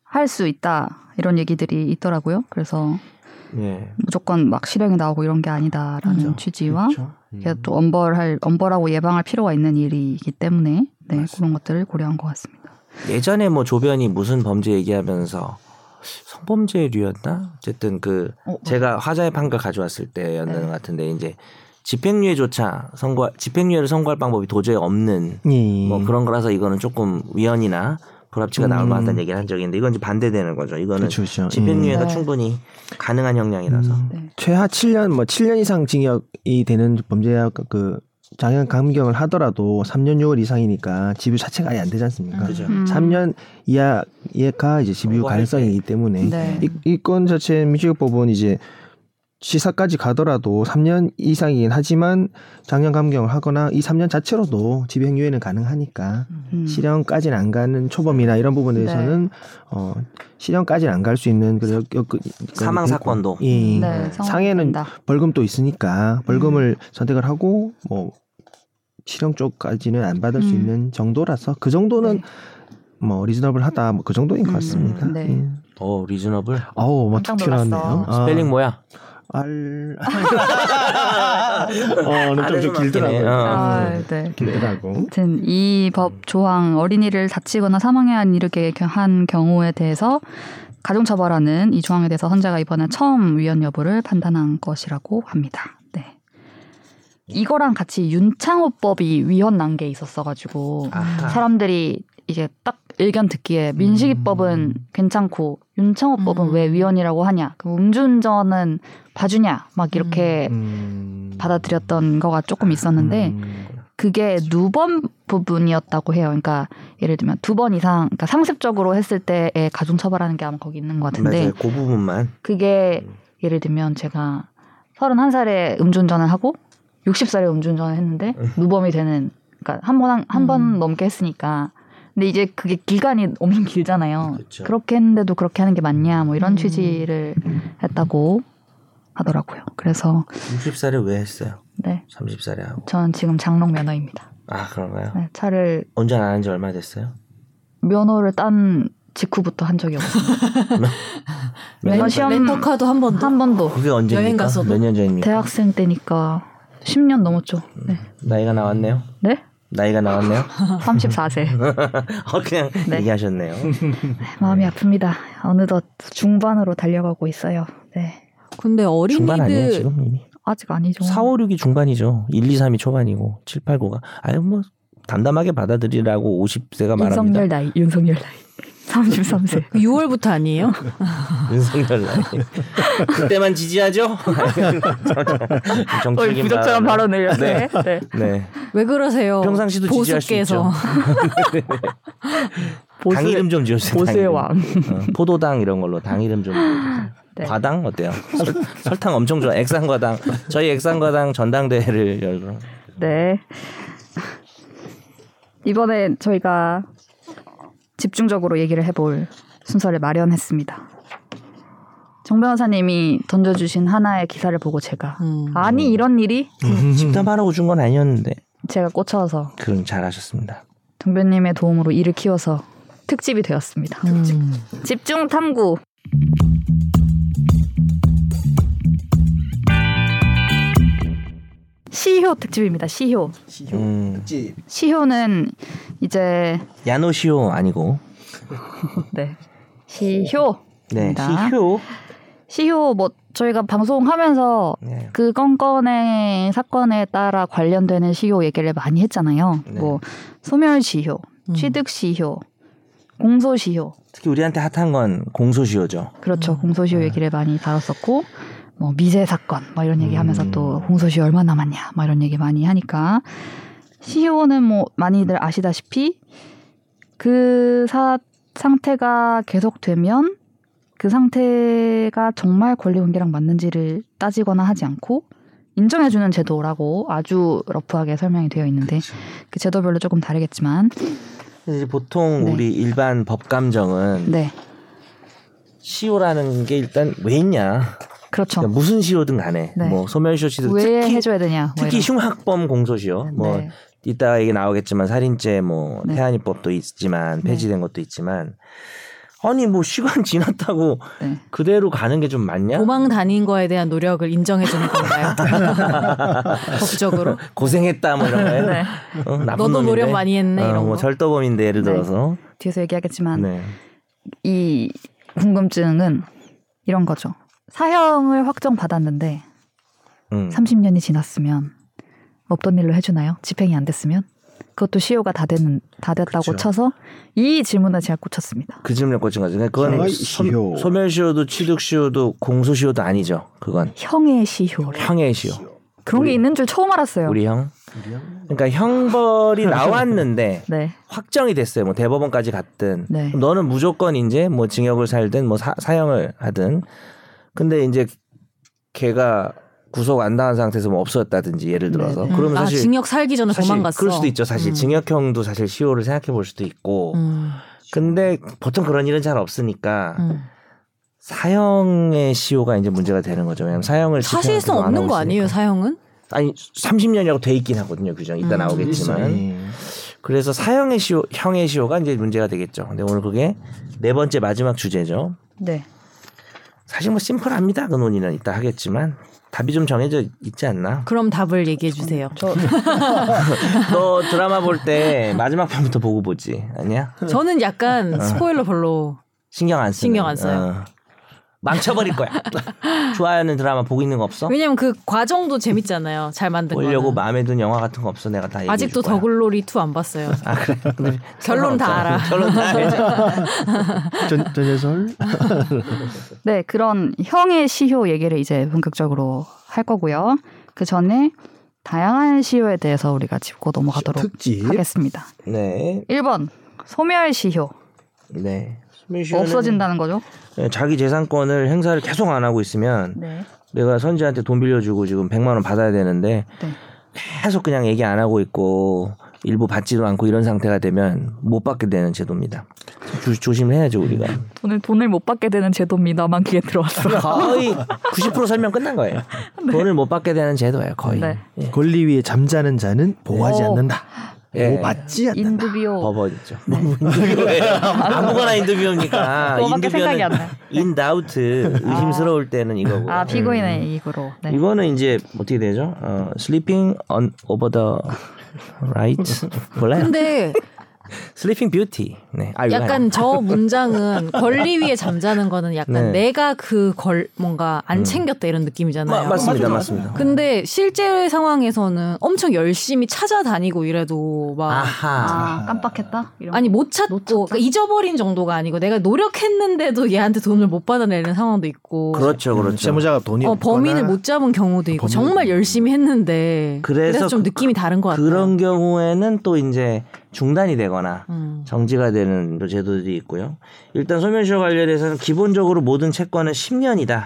A: 할 수 있다 이런 얘기들이 있더라고요. 그래서
C: 예.
A: 무조건 막 실형이 나오고 이런 게 아니다라는
C: 그렇죠.
A: 취지와
C: 그렇죠. 음.
A: 이게 또 엄벌할 엄벌하고 예방할 필요가 있는 일이기 때문에 네, 그런 것들을 고려한 것 같습니다.
C: 예전에 뭐 조변이 무슨 범죄 얘기하면서 성범죄류였나? 어쨌든 그
A: 어,
C: 제가 화자의 판결 가져왔을 때였는
A: 네.
C: 것 같은데 이제 집행유예조차 선고 집행유예를 선고할 방법이 도저히 없는
B: 예.
C: 뭐 그런 거라서 이거는 조금 위헌이나 불합치가
B: 음.
C: 나올 만하다는 얘기를 한 적이 있는데 이건 이제 반대되는 거죠. 이거는
B: 그렇죠, 그렇죠.
C: 집행유예가
A: 네.
C: 충분히 가능한 형량이라서
B: 음.
A: 네.
B: 최하 7년 뭐 7년 이상 징역이 되는 범죄와 그 장형 감경을 하더라도 3년 6월 이상이니까 집유 자체가 아예 안 되지 않습니까?
C: 그죠.
A: 음.
B: 3년 이하가 이제 집유
C: 선고할
B: 가능성이기 때문에
A: 네.
B: 이, 이건 자체 민식법은 이제 시사까지 가더라도 3년 이상이긴 하지만 장년 감경을 하거나 이 3년 자체로도 집행유예는 가능하니까
A: 음.
B: 실형까지는 안 가는 초범이나 이런
C: 네.
B: 부분에서는 어, 실형까지는 안 갈 수 있는 그런 여건-
C: 사망
B: 있고.
C: 사건도.
B: 예.
A: 네, 성공한다.
B: 상해는 벌금도 있으니까 벌금을
A: 음.
B: 선택을 하고 뭐 실형 쪽까지는 안 받을 수
A: 음.
B: 있는 정도라서 그 정도는
A: 네.
B: 뭐 리즈너블하다 뭐 그 정도인 것
A: 음,
B: 같습니다.
A: 네.
B: 예.
C: 어 리즈너블.
B: 아우 뭐툭
A: 깜짝 놀랐어.
B: 튀어나왔네요.
C: 스펠링 뭐야?
B: 아, 알. 어,
C: 아,
B: 좀, 좀
C: 좀
B: 길더라고.
C: 아쉽긴 해.
A: 아,
B: 요
A: 네.
B: 길더라고.
A: 아무튼 이 법 조항 어린이를 다치거나 사망에 한 이르게 한 경우에 대해서 가중처벌하는 이 조항에 대해서 헌재가 이번에 처음 위헌 여부를 판단한 것이라고 합니다. 네. 이거랑 같이 윤창호법이 위헌 난 게 있었어가지고
C: 아하.
A: 사람들이 이제 딱 의견 듣기에 민식이법은 괜찮고 윤창호법은
D: 음.
A: 왜 위헌이라고 하냐, 그 음주운전은 봐주냐 막 이렇게
B: 음.
A: 네. 받아들였던 거가 조금 있었는데
B: 음.
A: 그게 누번 부분이었다고 해요. 그러니까 예를 들면 두 번 이상, 그러니까 상습적으로 했을 때의 가중처벌하는 게 아마 거기 있는 것 같은데
C: 맞아요. 음. 그 부분만.
A: 그게 예를 들면 제가 31살에 음주운전을 하고 60살에 음주운전을 했는데 누범이 되는 그러니까 한 번 한 번
D: 음.
A: 넘게 했으니까 근데 이제 그게 기간이 엄청 길잖아요.
C: 그쵸.
A: 어, 그렇게 했는데도 그렇게 하는 게 맞냐 뭐 이런
D: 음.
A: 취지를 했다고 하더라고요. 그래서
C: 60살에 왜 했어요?
A: 네.
C: 30살에 하고.
A: 저는 지금 장롱 면허입니다.
C: 아 그런가요?
A: 네, 차를
C: 운전 안 한 지 얼마 됐어요?
A: 면허를 딴 직후부터 한 적이 없어요. 면허 시험
D: 렌터카도 한 번도
A: 네. 한 번도
C: 그게 언제입니까?
D: 여행 가서도?
C: 몇 년 전입니까?
A: 대학생 때니까 10년 넘었죠. 네.
C: 나이가 나왔네요.
A: 네?
C: 나이가 나왔네요.
A: 34세.
C: 어, 그냥
A: 네.
C: 얘기하셨네요.
A: 마음이 아픕니다. 어느덧 중반으로 달려가고 있어요. 네.
D: 근데
C: 중반 아니에요
D: 어린이들
C: 지금 이미?
A: 아직 아니죠.
C: 4, 5, 6이 중반이죠. 1, 2, 3이 초반이고 7, 8, 9가 아유 뭐 담담하게 받아들이라고 50세가 말합니다.
A: 윤석열 어, 나이, 윤석열 나이. 33세.
D: 6월부터 그 아니에요?
C: 윤석열 나이. 그때만 지지하죠?
A: 어이,
C: 정치인
A: 부적절한 발언을 이렇게. 네.
C: 네.
D: 왜 그러세요?
C: 평상시도 지지할 수
D: 어, 보수께서.
C: 있죠. 당 이름 좀 지어주세요. 당
A: 보수의
C: 이름.
A: 왕.
C: 어, 포도당 이런 걸로 당 이름 좀. 지어주세요.
A: 네.
C: 과당 어때요? 설, 탕 엄청 좋아. 액상과당. 저희 액상과당 전당대회를 열고.
A: 네. 이번에 저희가 집중적으로 얘기를 해볼 순서를 마련했습니다. 정 변호사님이 던져주신 하나의 기사를 보고 제가
D: 음.
A: 아니 이런 일이
B: 음.
C: 집담하라고 준 건 아니었는데.
A: 제가 꽂혀서
C: 그럼 잘하셨습니다.
A: 동변님의 도움으로 일을 키워서 특집이 되었습니다.
D: 음.
A: 집중 탐구. 시효 특집입니다. 시효.
C: 음,
A: 시효는 이제
C: 야노시오 아니고.
A: 네. 시효.
C: 네.
A: 입니다.
C: 시효.
A: 시효 뭐 저희가 방송하면서
C: 네.
A: 그 건건의 사건에 따라 관련되는 시효 얘기를 많이 했잖아요.
C: 네.
A: 뭐 소멸 시효,
D: 음.
A: 취득 시효, 공소 시효.
C: 특히 우리한테 핫한 건 공소시효죠.
A: 그렇죠.
D: 음.
A: 공소시효
C: 네.
A: 얘기를 많이 다뤘었고 뭐 미제 사건 막 이런 얘기 하면서
C: 음.
A: 또 공소시효 얼마 남았냐 막 이런 얘기 많이 하니까 시효는 뭐 많이들 아시다시피 그 사, 상태가 계속되면 그 상태가 정말 권리 관계랑 맞는지를 따지거나 하지 않고 인정해주는 제도라고 아주 러프하게 설명이 되어 있는데
C: 그렇죠.
A: 그 제도별로 조금 다르겠지만
C: 이제 보통
A: 네.
C: 우리 일반 법감정은
A: 네
C: 시효라는 게 일단 왜 있냐.
A: 그렇죠
C: 그러니까 무슨 시효든 간에
A: 네.
C: 뭐 소멸시효 시효
A: 왜
C: 특히
A: 해줘야 되냐 뭐
C: 특히
A: 이런.
C: 흉악범 공소시효
D: 아,
C: 뭐
A: 네.
C: 이따가 이게 나오겠지만 살인죄 뭐
A: 네.
C: 태안이법도 있지만
A: 네.
C: 폐지된 것도 있지만 아니 뭐 시간 지났다고
A: 네.
C: 그대로 가는 게 좀 맞냐?
D: 도망 다닌 거에 대한 노력을 인정해 주는 건가요? 법적으로.
C: 고생했다 뭐 이런 거에
A: 네.
C: 어, 나쁜
D: 너도
C: 놈인데.
D: 노력 많이 했네
C: 어,
D: 이런
C: 뭐
D: 거. 아,
C: 절도범인데 예를
A: 네.
C: 들어서
A: 뒤에서 얘기하겠지만
C: 네.
A: 이 궁금증은 이런 거죠. 사형을 확정받았는데
C: 음.
A: 30년이 지났으면 없던 일로 해주나요? 집행이 안 됐으면? 그것도 시효가 다, 되는, 다 됐다고
C: 그쵸.
A: 쳐서 이 질문을 제가 꽂혔습니다.
C: 그 질문에 꽂힌 거죠. 그러니까 그건
B: 정말 시효.
C: 소- 소멸시효도 취득시효도 공소시효도 아니죠. 그건
A: 형의 시효를.
C: 형의 시효.
A: 그런 게
C: 우리-
A: 있는 줄 처음 알았어요.
C: 우리 형.
B: 예.
C: 그러니까 형벌이 나왔는데
A: 네.
C: 확정이 됐어요. 뭐 대법원까지 갔든
A: 네.
C: 그럼 너는 무조건 이제 뭐 징역을 살든 뭐 사, 사형을 하든 근데 이제 걔가 구속 안 당한 상태에서 뭐 없어졌다든지 예를 들어서
A: 네, 네.
C: 그러면
D: 아
C: 사실
D: 징역 살기 전에
C: 사실
D: 도망갔어.
C: 그럴 수도 있죠. 사실
D: 음.
C: 징역형도 사실 시효를 생각해 볼 수도 있고
D: 음,
C: 근데 보통 그런 일은 잘 없으니까
D: 음.
C: 사형의 시효가 이제 문제가 되는 거죠. 왜냐면 사형을
D: 사실상
C: 집행할 때도 안
D: 없는 거
C: 나오시니까.
D: 아니에요 사형은?
C: 아니 30년이라고 돼 있긴 하거든요. 규정 이따
D: 음.
B: 네.
C: 나오겠지만 그래서 사형의 시효, 형의 시효가 이제 문제가 되겠죠. 근데 오늘 그게 네 번째 마지막 주제죠.
A: 네.
C: 사실 뭐 심플합니다. 그 논의는 이따 하겠지만 답이 좀 정해져 있지 않나?
D: 그럼
C: 음.
D: 답을 얘기해 주세요.
C: 너 드라마 볼 때 마지막 편부터 보고 보지 아니야?
D: 저는
C: 음.
D: 약간 스포일러 별로.
C: 신경 안 쓰.
D: 신경 안 써요.
C: 망쳐버릴 거야. 좋아하는 드라마 보고 있는 거 없어?
D: 왜냐면 그 과정도 재밌잖아요. 잘 만든 거.
C: 보려고 마음에 든 영화 같은 거 없어? 내가 다 얘기해
D: 아직도
C: 줄 거야.
D: 더글로리 2 안 봤어요.
C: 아 그래. 근데
D: 결론 다 알아.
C: 결론 다 알죠.
B: 전, 전예설?
A: 네, 그런 형의 시효 얘기를 이제 본격적으로 할 거고요. 그 전에 다양한 시효에 대해서 우리가 짚고 넘어가도록
B: 특집?
A: 하겠습니다.
C: 네,
A: 1번 소멸 시효.
C: 네.
A: 없어진다는 거죠?
C: 네, 자기 재산권을 행사를 계속 안 하고 있으면
A: 네.
C: 내가 선지한테 돈 빌려주고 지금 100만 원 받아야 되는데
A: 네.
C: 계속 그냥 얘기 안 하고 있고 일부 받지도 않고 이런 상태가 되면 못 받게 되는 제도입니다. 조, 조심해야죠 우리가.
A: 돈을 돈을 못 받게 되는 제도입니다만 귀에 들어왔어.
C: 거의 90% 설명 끝난 거예요. 돈을 못 받게 되는 제도예요 거의.
A: 네.
C: 예.
B: 권리 위에 잠자는 자는 보호하지
A: 오.
B: 않는다.
C: 예.
B: 보호받지 않는다.
A: 인두비오.
C: 법원이죠.
A: 네.
C: 인터뷰예요. 아무거나 인터뷰입니까?
A: 그거밖에 생각이 안 나요.
C: 인 아우트 의심스러울 때는 이거고.
A: 아 피고인의 이익으로. 네.
C: 음. 이거는 이제 어떻게 되죠? 어, sleeping on over the right 몰라요.
D: 근데
C: 슬리핑 뷰티. 네. 아유,
D: 약간 저 문장은 권리 위에 잠자는 거는
C: 네.
D: 약간 내가 그 걸 뭔가 안 챙겼다 이런
C: 마-
D: 느낌이잖아요. 어,
C: 맞습니다,
E: 맞아요,
C: 맞습니다.
D: 근데 실제 상황에서는 엄청 열심히 찾아다니고 이래도 막
C: 아하.
A: 아, 깜빡했다? 이런
D: 아니 못 찾고 그러니까 잊어버린 정도가 아니고 내가 노력했는데도 얘한테 돈을 못 받아내는 상황도 있고
C: 그렇죠,
B: 음,
C: 그렇죠.
B: 채무자가 돈이
D: 어,
B: 없거나
D: 범인을 못 잡은 경우도 있고
B: 범인.
D: 정말 열심히 했는데 그래서,
C: 그래서
D: 좀
C: 그-
D: 느낌이 다른 것 같아요.
C: 그런 경우에는 또 이제 중단이 되거나
D: 음.
C: 정지가 되는 또 제도들이 있고요. 일단 소멸시효 관련해서는 기본적으로 모든 채권은 10년이다.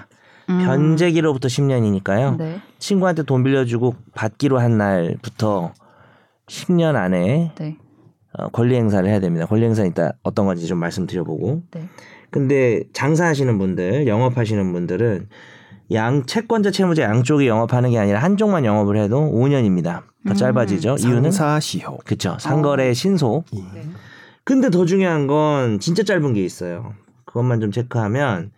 A: 음.
C: 변제기로부터 10년이니까요.
A: 네.
C: 친구한테 돈 빌려주고 받기로 한 날부터 10년 안에
A: 네.
C: 어, 권리 행사를 해야 됩니다. 권리 행사 이따 어떤 건지 좀 말씀드려보고.
A: 네.
C: 근데 장사하시는 분들, 영업하시는 분들은 양 채권자 채무자 양쪽이 영업하는 게 아니라 한쪽만 영업을 해도 5년입니다. 더
A: 음.
C: 짧아지죠. 이유는
B: 상사시효.
C: 그렇죠. 상거래 신속.
A: 네.
C: 근데 더 중요한 건 진짜 짧은 게 있어요. 그것만 좀 체크하면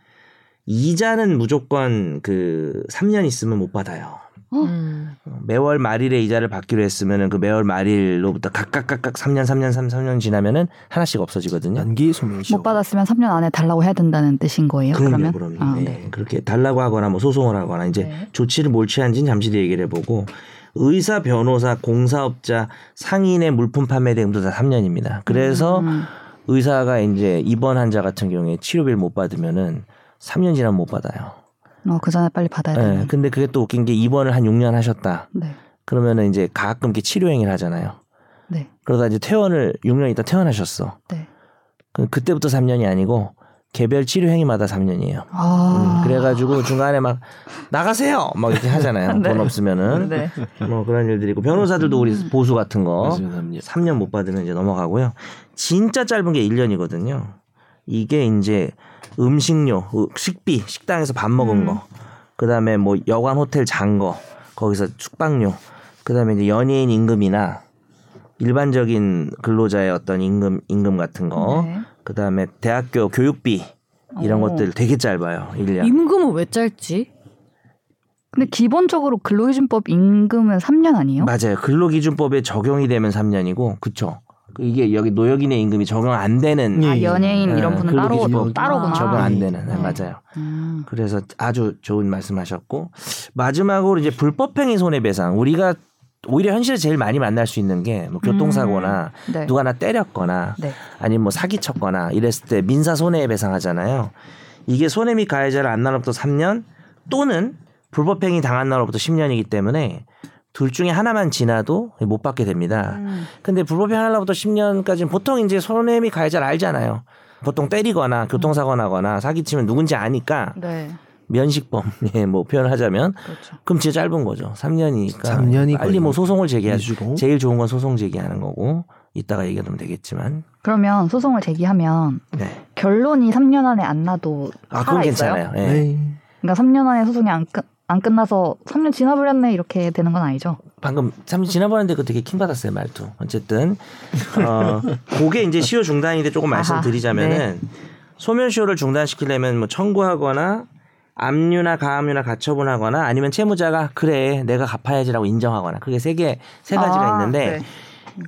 C: 이자는 무조건 그 3년 있으면 못 받아요.
D: 음.
C: 매월 말일에 이자를 받기로 했으면은 그 매월 말일로부터 각각 각각 3년 3년 3 3년 지나면은 하나씩 없어지거든요.
B: 연기 소멸시효.
A: 못 받았으면 3년 안에 달라고 해야 된다는 뜻인 거예요. 그러면
C: 그럼요.
A: 아,
C: 예.
A: 네.
C: 그렇게 달라고 하거나 뭐 소송을 하거나 이제
A: 네.
C: 조치를 뭘 취한지는 잠시 뒤에 얘기를 해보고 의사, 변호사, 공사업자, 상인의 물품 판매 대금도 다 3년입니다. 그래서
A: 음.
C: 의사가 이제 입원 환자 같은 경우에 치료비를 못 받으면은 3년 지나면 못 받아요.
A: 어, 그 전에 빨리 받아야
C: 예,
A: 되는.
C: 근데 그게 또 웃긴 게 입원을 한 6년 하셨다.
A: 네.
C: 그러면은 이제 가끔 이렇게 치료행위를 하잖아요.
A: 네.
C: 그러다 이제 퇴원을 6년 있다 퇴원하셨어.
A: 네.
C: 그 그때부터 3년이 아니고 개별 치료 행위마다 3년이에요.
A: 아.
C: 음, 그래가지고 중간에 막 나가세요 막 이렇게 하잖아요.
A: 네.
C: 돈 없으면은
A: 네.
C: 뭐 그런 일들이 있고 변호사들도 우리 보수 같은 거
B: 맞습니다, 합니다.
C: 3년 못 받으면 이제 넘어가고요. 진짜 짧은 게 1년이거든요. 이게 이제 음식료, 으, 식비, 식당에서 밥 먹은 거, 그 다음에 뭐 여관 호텔 잔 거, 거기서 숙박료, 그 다음에 이제 연예인 임금이나 일반적인 근로자의 어떤 임금, 임금 같은 거,
A: 네.
C: 그 다음에 대학교 교육비, 이런
A: 오.
C: 것들 되게 짧아요. 1년.
D: 임금은 왜 짧지?
A: 근데 기본적으로 근로기준법 임금은 3년 아니에요?
C: 맞아요. 근로기준법에 적용이 되면 3년이고, 그쵸. 이게 여기 노역인의 임금이 적용 안 되는
B: 네.
A: 아, 연예인
C: 예.
A: 이런 분은 따로
C: 근로기준법
B: 아.
A: 따로구나.
C: 적용 안 되는
A: 네.
C: 네, 맞아요.
A: 음.
C: 그래서 아주 좋은 말씀하셨고 마지막으로 이제 불법행위 손해배상 우리가 오히려 현실에 제일 많이 만날 수 있는 게뭐 교통사고나
A: 네.
C: 누가 나 때렸거나
A: 네.
C: 아니면 뭐 사기쳤거나 이랬을 때 민사 손해배상 하잖아요. 이게 손해 및 가해자를 안 날로부터 3년 또는 불법행위 당한 날로부터 10년이기 때문에 둘 중에 하나만 지나도 못 받게 됩니다.
A: 음.
C: 근데 불법행위 하려부터 10년까지는 보통 이제 손해 및 가해자를 알잖아요. 보통 때리거나 교통사고 나거나 사기치면 누군지 아니까
A: 네.
C: 면식범 예, 뭐 표현하자면
A: 그렇죠.
C: 그럼 진짜 짧은 거죠. 3년이니까
B: 삼 년이
C: 빨리 뭐
B: 걸리네.
C: 소송을 제기하
B: 이주로?
C: 제일 좋은 건 소송 제기하는 거고 이따가 얘기하면 되겠지만
A: 그러면 소송을 제기하면
C: 네.
A: 결론이 3년 안에 안 나도
C: 아
A: 살아
C: 그건
A: 있어요.
C: 괜찮아요. 예.
B: 에이.
A: 그러니까 3년 안에 소송이 안, 끝, 안 끝나서 3년 지나버렸네 이렇게 되는 건 아니죠?
C: 방금 참 지난번에 그 되게 킹 받았어요 말투. 어쨌든 어 그게 이제 시효 중단인데 조금
A: 아하, 네.
C: 말씀드리자면은 소멸 시효를 중단시키려면 뭐 청구하거나 압류나 가압류나 가처분하거나 아니면 채무자가 그래 내가 갚아야지라고 인정하거나 그게 세 개 세 가지가
A: 아,
C: 있는데
A: 네.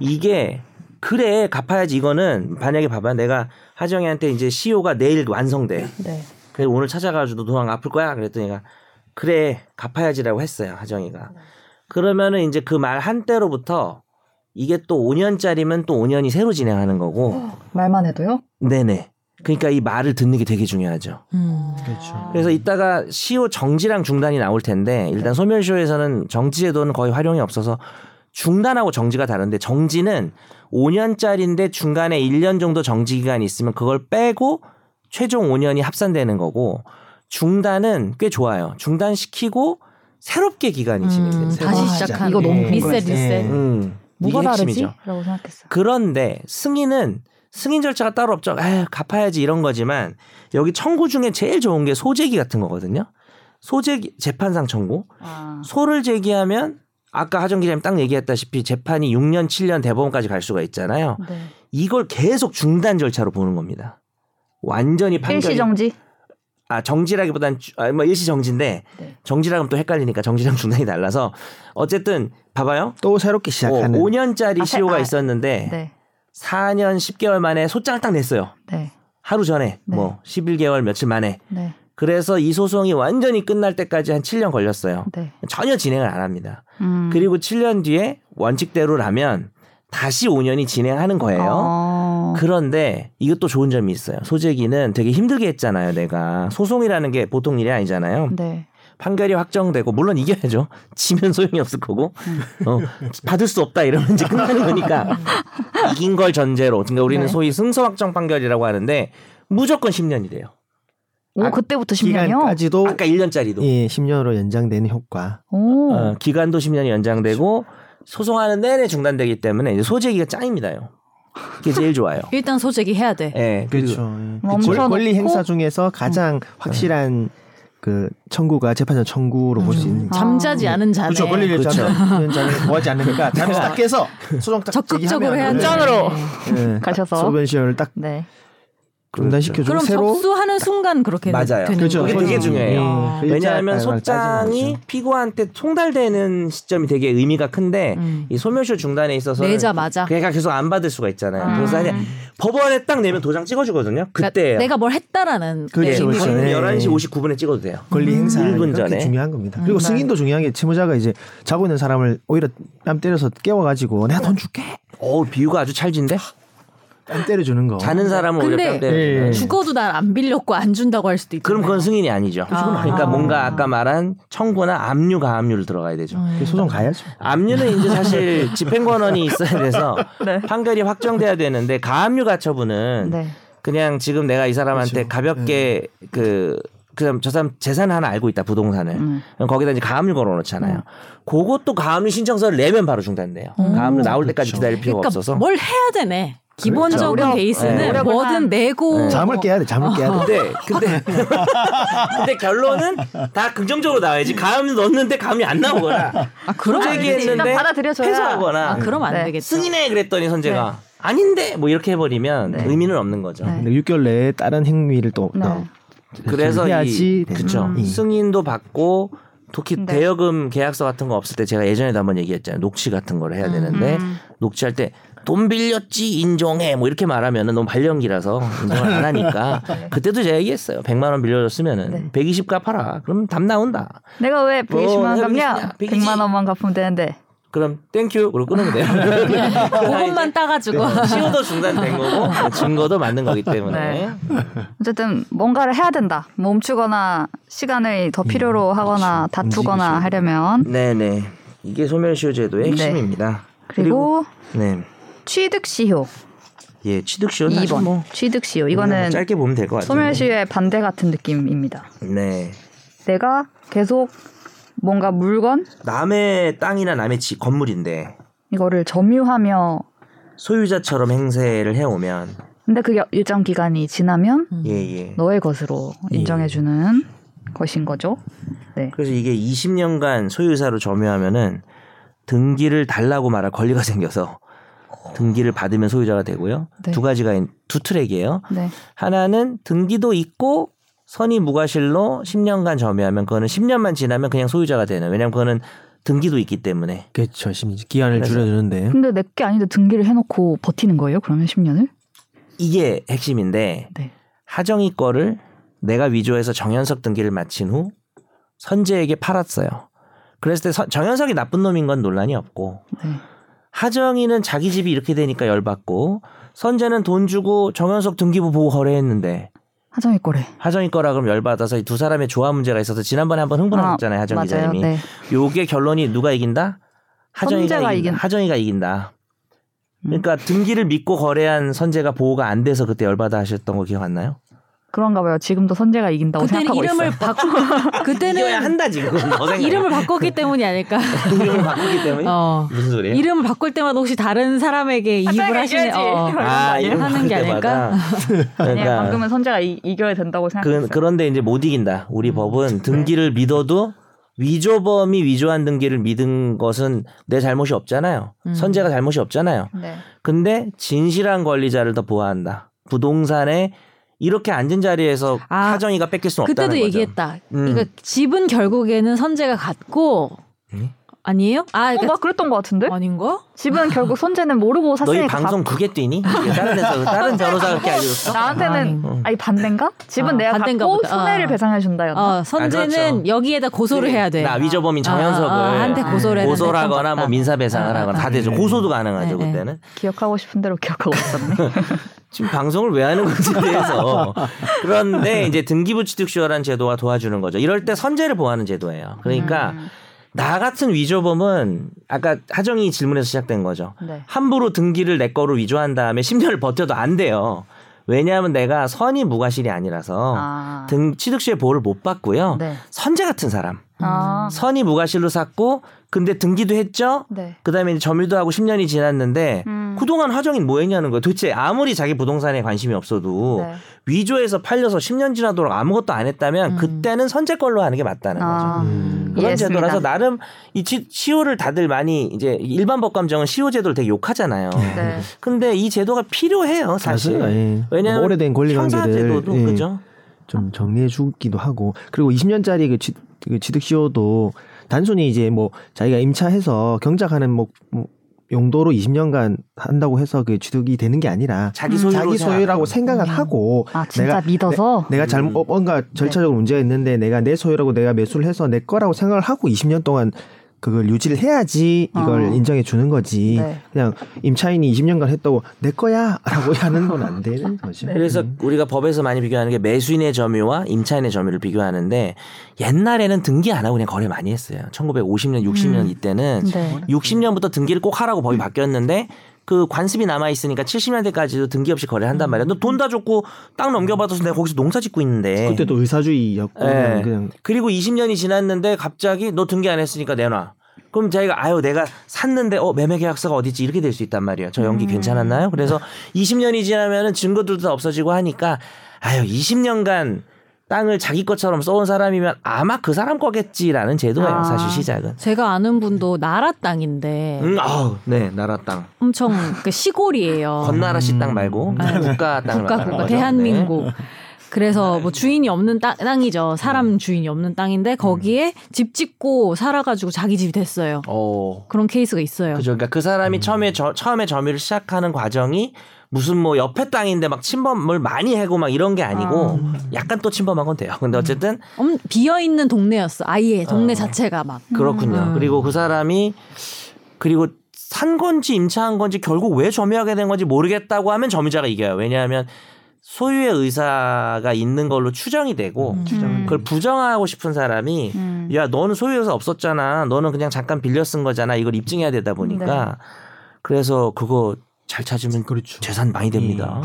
C: 이게 그래 갚아야지 이거는 만약에 봐봐 내가 하정이한테 이제 시효가 내일 완성돼
A: 네.
C: 그래서 오늘 찾아가지고 도랑 아플 거야 그랬더니 얘가 그래 갚아야지라고 했어요 하정이가 그러면은 이제 그 말 한때로부터 이게 또 5년짜리면 또 5년이 새로 진행하는 거고
A: 말만 해도요?
C: 네네 그러니까 이 말을 듣는 게 되게 중요하죠
D: 음.
A: 아,
B: 그렇죠.
C: 그래서 이따가 시효 정지랑 중단이 나올 텐데 일단 소멸시효에서는 E 정지제도는 거의 활용이 없어서 중단하고 정지가 다른데 정지는 5년짜리인데 중간에 1년 정도 정지 기간이 있으면 그걸 빼고 최종 5년이 합산되는 거고 중단은 꽤 좋아요. 중단시키고 새롭게 기간이
D: 음,
C: 진행됩니다.
D: 다시
A: 와,
D: 시작하는
A: 이거 너무 궁금해.
D: 리셋 리셋.
C: 음,
A: 뭐가
C: 이게
A: 다르지?
C: 핵심이죠.
A: 라고 생각했어요.
C: 그런데 승인은 승인 절차가 따로 없죠. 에휴, 갚아야지 이런 거지만 여기 청구 중에 제일 좋은 게 소재기 같은 거거든요. 소재기 재판상 청구.
A: 아,
C: 소를 제기하면 아까 하정 기자님 딱 얘기했다시피 재판이 6년, 7년 대법원까지 갈 수가 있잖아요.
A: 네.
C: 이걸 계속 중단 절차로 보는 겁니다. 완전히 판결이
A: 일시 정지?
C: 아 정지라기보단 주- 아, 뭐 일시 정지인데
A: 네.
C: 정지라면 또 헷갈리니까 정지랑 중단이 달라서 어쨌든 봐봐요.
B: 또 새롭게
C: 어,
B: 시작하는
C: 5년짜리
A: 아, 세-
C: 시효가
A: 아,
C: 있었는데
A: 네.
C: 4년 10개월 만에 소장을 딱 냈어요.
A: 네.
C: 하루 전에
A: 네.
C: 뭐 11개월 며칠 만에.
A: 네.
C: 그래서 이 소송이 완전히 끝날 때까지 한 7년 걸렸어요.
A: 네.
C: 전혀 진행을 안 합니다.
A: 음.
C: 그리고 7년 뒤에 원칙대로라면 다시 5년이 진행하는 거예요.
A: 어.
C: 그런데 이것도 좋은 점이 있어요. 소재기는 되게 힘들게 했잖아요, 내가. 소송이라는 게 보통 일이 아니잖아요.
A: 네.
C: 판결이 확정되고, 물론 이겨야죠. 지면 소용이 없을 거고, 어, 받을 수 없다 이러면 이제 끝나는 거니까. 이긴 걸 전제로. 그러니까 우리는
A: 네.
C: 소위 승소 확정 판결이라고 하는데, 무조건 10년이 돼요.
A: 오
C: 아,
A: 그때부터 10년이요?
B: 기간까지도
C: 아까 1년짜리도.
B: 예, 10년으로 연장되는 효과.
A: 오.
C: 어, 기간도 10년이 연장되고 소송하는 내내 중단되기 때문에 이제 소재기가 짱입니다요. 그게 제일 좋아요.
D: 일단 소재기 해야 돼.
C: 예. 그리고
B: 예.
A: 멈춰놓고-
B: 권- 권리 행사 중에서 가장 확실한 그 청구가 재판장 청구로 볼 수 있는.
A: 아.
D: 잠자지 않은 자네.
B: 그렇죠. 권리를
C: 그렇죠.
B: 잡는 자는 구하지 않으니까 잠에서 딱 깨서 소송 딱
D: 적극적으로 해야
B: 제기하면
D: 돼.
C: 네.
B: 예.
A: 가셔서.
B: 소변 시험을 딱
A: 네.
B: 중단시켜주고
D: 그럼
B: 새로
D: 접수하는 순간 그렇게
C: 맞아요. 음.
D: 되는
B: 그렇죠.
D: 거예요.
C: 그게 되게
B: 소송이.
C: 중요해요.
B: 예.
C: 왜냐하면
B: 일자가 따지는
C: 소장이
B: 거죠.
C: 피고한테 송달되는 시점이 되게 의미가 큰데
D: 음.
C: 이 소멸시효 중단에 있어서
D: 내자마자.
C: 걔가 계속 안 받을 수가 있잖아요.
A: 음.
C: 그래서 그냥 법원에 딱 내면 도장 찍어주거든요.
D: 그러니까
C: 그때예요. 예,
D: 내가 뭘 했다라는
B: 그렇죠,
D: 내 의미가
B: 그렇죠.
C: 거의
B: 네. 그
C: 11시 59분에 찍어도 돼요.
B: 권리 행사
C: 음. 일분 전에.
B: 중요한 겁니다.
A: 음,
B: 그리고 승인도 중요한 게 채무자가 이제 자고 있는 사람을 오히려 뺨 때려서 깨워가지고 내가 돈 줄게
C: 어 비유가 아주 찰진데
B: 뺨 때려주는 거.
C: 자는 사람은 오히려
D: 근데-
C: 뺨 때려요.
B: 예.
D: 죽어도 날 안 빌렸고 안 준다고 할 수도 있고.
C: 그럼 그건 승인이 아니죠.
D: 그건
C: 그러니까
D: 아니죠.
C: 뭔가 아까 말한 청구나 압류 가압류를 들어가야 되죠.
D: 음.
B: 그 소송 가야죠.
C: 압류는 이제 사실 집행권원이 있어야 돼서
A: 네.
C: 판결이 확정돼야 되는데 가압류 가처분은
A: 네.
C: 그냥 지금 내가 이 사람한테
B: 그렇죠.
C: 가볍게 그 그럼 저 사람 재산 하나 알고 있다 부동산을
A: 음.
C: 그럼 거기다 이제 가압류
D: 음.
C: 걸어놓잖아요. 그것도 가압류 신청서를 내면 바로 중단돼요. 가압류 나올 때까지
B: 그렇죠.
C: 기다릴 필요가
D: 그러니까
C: 없어서.
D: 뭘 해야 되네. 기본적으로
A: 노력.
D: 베이스는
C: 네.
D: 뭐든 내고
B: 잠을 깨야 돼. 잠을 깨야
D: 어.
B: 돼.
C: 근데 근데 근데 결론은 다 긍정적으로 나와야지 감이 넣었는데 감이 안 나오거나
D: 아, 그럼 안
C: 갑자기
D: 되지.
C: 했는데
A: 받아들여줘야.
C: 패소하거나
D: 아, 그럼 안
A: 네.
D: 되겠죠. 네.
C: 승인해 그랬더니 선재가 아닌데 뭐 이렇게 해버리면 의미는 없는 거죠.
A: 네.
B: 근데 6개월 내에 다른 행위를 또
A: 네.
B: 어,
C: 그래서 이
B: 해야지 되는
C: 그쵸
B: 음.
C: 승인도 받고 특히
A: 네.
C: 대여금 계약서 같은 거 없을 때 제가 예전에도 한번 얘기했잖아요. 녹취 같은 걸 해야
A: 음,
C: 되는데 녹취할 때 돈 빌렸지 인정해 뭐 이렇게 말하면 은 너무
B: 어.
C: 발령기라서 인정을 안 하니까
B: 네.
C: 그때도 제가 얘기했어요. 100만 원 빌려줬으면은 120 갚아라. 그럼 답 나온다.
A: 내가 왜 120만 원
C: 뭐,
A: 갚냐?
C: 해보겠냐? 빌리지.
A: 100만 원만 갚으면 되는데.
C: 그럼 땡큐 그리고 끊으면 돼요. 네.
D: 그것만 따가지고
C: 시효도 중단된 거고 증거도 맞는 거기 때문에
A: 네. 어쨌든 뭔가를 해야 된다. 멈추거나 시간을 더 필요로
C: 음,
A: 하거나
C: 그렇죠.
A: 다투거나 하려면
C: 네네 이게 소멸시효 제도의 핵심입니다.
A: 네. 그리고
C: 네.
A: 취득시효
C: 예, 취득시효는 사실
A: 2번
C: 뭐
A: 취득시효 이거는
C: 그냥 짧게 보면 될 것 같아요.
A: 소멸시효의 반대 같은 느낌입니다.
C: 네.
A: 내가 계속 뭔가 물건
C: 남의 땅이나 남의 집 건물인데
A: 이거를 점유하며
C: 소유자처럼 행세를 해오면
A: 근데 그게 일정 기간이 지나면
D: 음.
C: 예예.
A: 너의 것으로
C: 예.
A: 인정해주는 것인 거죠. 네.
C: 그래서 이게 20년간 소유자로 점유하면은 등기를 달라고 말할 권리가 생겨서 등기를 받으면 소유자가 되고요.
A: 네.
C: 두 가지가 있- 두 트랙이에요.
A: 네.
C: 하나는 등기도 있고 선이 무과실로 10년간 점유하면 그거는 10년만 지나면 그냥 소유자가 되는. 왜냐면 그거는 등기도 있기 때문에.
B: 그렇죠. 심지 기한을
C: 그래서-
B: 줄여주는데
A: 근데 내게 아닌데 등기를 해놓고 버티는 거예요? 그러면 10년을?
C: 이게 핵심인데
A: 네.
C: 하정이 거를 내가 위조해서 정현석 등기를 마친 후 선재에게 팔았어요. 그랬을 때 선- 정현석이 나쁜 놈인 건 논란이 없고
A: 네.
C: 하정이는 자기 집이 이렇게 되니까 열받고 선재는 돈 주고 정현석 등기부 보고 거래했는데
A: 하정이 거래.
C: 하정이 거라 그럼 열받아서 이 두 사람의 조화 문제가 있어서 지난번에 한번 흥분하셨잖아요 하정
A: 맞아요.
C: 기자님이
A: 네.
C: 요게 결론이 누가 이긴다?
A: 선재가
C: 하정이가
A: 이긴-
C: 이긴다. 하정이가 이긴다. 그러니까 등기를 믿고 거래한 선재가 보호가 안 돼서 그때 열받아 하셨던 거 기억 안 나요?
A: 그런가 봐요. 지금도 선재가 이긴다고
D: 그때는
A: 생각하고
D: 이름을
A: 있어요. 네,
D: 바꾸
C: 이겨야
D: 그때는
C: 한다 지금 너 생각에. 네.
D: 이름을 바꿨기 때문이 아닐까.
C: 이름을 바꾸기 때문에
D: 어.
C: 무슨 소리예요?
D: 이름을 바꿀 때마다 혹시 다른 사람에게 이입을 하시네.
A: 얘기하지.
D: 어.
C: 아 이름
D: 하는
C: 바꿀
D: 게
C: 때마다.
D: 아닐까?
A: 네,
C: 그러니까
A: 방금은 선재가 이, 겨야 된다고 생각했어요.
C: 그, 그런데 이제 못 이긴다. 우리 법은 등기를 믿어도 위조범이 위조한 등기를 믿은 것은 내 잘못이 없잖아요. 선재가 잘못이 없잖아요.
A: 네.
C: 근데 진실한 권리자를 더 보호한다. 부동산에 이렇게 앉은 자리에서
D: 아,
C: 하정이가 뺏길 수 없다는
D: 그때도 그러니까
C: 거죠.
D: 얘기했다.
C: 음.
D: 그러니까 집은 결국에는 선재가 갖고
C: 음?
D: 아니에요? 아,
A: 어,
D: 그러니까
A: 막 그랬던 것 같은데?
D: 아닌가?
A: 집은 결국 손재는 모르고
C: 너희
A: 샀으니까
C: 방송 두 개 뛰니? 다른 데서 다른 변호사 그렇게 알려줬어?
A: 나한테는
C: 아,
A: 아, 니 반대인가? 집은
D: 음. 아,
A: 내가
D: 반대인가
A: 갖고
D: 보다.
A: 손해를
D: 아.
A: 배상해 준다였나?
D: 어, 선재는
C: 그렇죠.
D: 여기에다 고소를 해야 돼.
C: 나 위조범인
D: 아,
C: 정현석을 음.
D: 아, 아, 한테 고소를 해야
C: 고소를
D: 되는데
C: 하거나 뭐
D: 좀
C: 민사 배상을
D: 아,
C: 하거나 다
D: 아,
C: 되죠. 고소도 가능하죠
D: 네, 네.
C: 그때는.
A: 기억하고 싶은 대로 기억하고 있었네.
C: 지금 방송을 왜 하는 건지에 대해서 그런데 이제 등기부 취득시효라는 제도가 도와주는 거죠. 이럴 때 선제를 보호하는 제도예요. 그러니까
A: 음.
C: 나 같은 위조범은 아까 하정이 질문에서 시작된 거죠.
A: 네.
C: 함부로 등기를 내 거로 위조한 다음에 10년을 버텨도 안 돼요. 왜냐하면 내가 선이 무과실이 아니라서
A: 아.
C: 등 취득시효 보호를 못 받고요.
A: 네.
C: 선제 같은 사람
A: 아.
D: 음.
C: 선이 무과실로 샀고 근데 등기도 했죠.
A: 네.
C: 그다음에 이제 점유도 하고 10년이 지났는데
A: 음.
C: 그동안 하정인 뭐 했냐는 거예요. 도대체 아무리 자기 부동산에 관심이 없어도
A: 네.
C: 위조해서 팔려서 10년 지나도록 아무것도 안 했다면
D: 음.
C: 그때는 선제 걸로 하는 게 맞다는 거죠.
A: 아.
B: 음.
C: 그런
A: 이해했습니다.
C: 제도라서 나름 이 치- 시효를 다들 많이 이제 일반 법감정은 시효 제도를 되게 욕하잖아요.
A: 네.
C: 근데 이 제도가 필요해요, 사실.
B: 사실 예.
C: 왜냐하면
B: 뭐 오래된 권리
C: 형사
B: 관계를
C: 제도도
B: 예,
C: 그죠.
B: 좀 정리해 주기도 하고 그리고 20년짜리 그, 지, 그 취득시효도 단순히 이제 뭐 자기가 임차해서 경작하는 뭐, 뭐 용도로 20년간 한다고 해서 그 취득이 되는 게 아니라
C: 자기
A: 음.
C: 소유로
B: 자기 소유라고 생각을 하고
A: 아 진짜
B: 내가-
A: 믿어서 네.
B: 내가
C: 음.
B: 잘못 어, 뭔가 절차적으로 문제가 있는데 내가 내 소유라고 내가 매수를 해서 내 거라고 생각을 하고 20년 동안 그걸 유지를 해야지 이걸
A: 어.
B: 인정해 주는 거지
A: 네.
B: 그냥 임차인이 20년간 했다고 내 거야라고 하는 건 안 되는 거죠.
C: 그래서
B: 음.
C: 우리가 법에서 많이 비교하는 게 매수인의 점유와 임차인의 점유를 비교하는데 옛날에는 등기 안 하고 그냥 거래 많이 했어요. 1950년, 60년
A: 음.
C: 이때는
A: 네.
C: 60년부터 등기를 꼭
B: 음.
C: 하라고 법이 바뀌었는데 그 관습이 남아 있으니까 70년대까지도 등기 없이
B: 음.
C: 거래한단 말이야. 너 돈 다 줬고 땅 넘겨받아서 내가 거기서 농사 짓고 있는데.
B: 그때도 의사주의였고
C: 예.
B: 그냥, 그냥
C: 그리고 20년이 지났는데 갑자기 너 등기 안 했으니까 내놔. 그럼 자기가 아유 내가 샀는데 어 매매 계약서가 어디 있지 이렇게 될 수 있단 말이에요. 저
D: 음.
C: 연기 괜찮았나요? 그래서 20년이 지나면은 증거들도 다 없어지고 하니까 아유 20년간 땅을 자기 것처럼 써온 사람이면 아마 그 사람 거겠지라는 제도예요.
A: 아.
C: 사실 시작은.
D: 제가 아는 분도 나라 땅인데
C: 음, 아우, 네 나라 땅
D: 엄청 그 시골이에요.
C: 건나라 씨 땅 말고 국가 땅을
D: 음. 아, 국가
C: 말하는
D: 국가
C: 거죠. 네. 음.
D: 대한민국. 그래서 뭐 주인이 없는 땅, 땅이죠. 사람 주인이 없는 땅인데 거기에 집 짓고 살아가지고 자기 집이 됐어요.
C: 어.
D: 그런 케이스가 있어요.
C: 그죠. 그러니까 그 사람이 처음에 저, 처음에 점유를 시작하는 과정이 무슨 뭐 옆에 땅인데 막 침범을 많이 하고 막 이런 게 아니고 약간 또 침범한 건 돼요.
D: 음.
C: 근데 어쨌든
D: 엄 비어 있는 동네였어. 아예 동네 자체가 막.
C: 그렇군요.
D: 음.
C: 그리고 그 사람이 그리고 산 건지 임차한 건지 결국 왜 점유하게 된 건지 모르겠다고 하면 점유자가 이겨요. 왜냐하면 소유의 의사가 있는 걸로 추정이 되고
A: 음.
C: 그걸 부정하고 싶은 사람이
A: 음.
C: 야 너는 소유해서 없었잖아 너는 그냥 잠깐 빌려 쓴 거잖아 이걸 입증해야 되다
D: 네.
C: 보니까 그래서 그거 잘 찾으면
B: 그렇죠.
C: 재산 많이 됩니다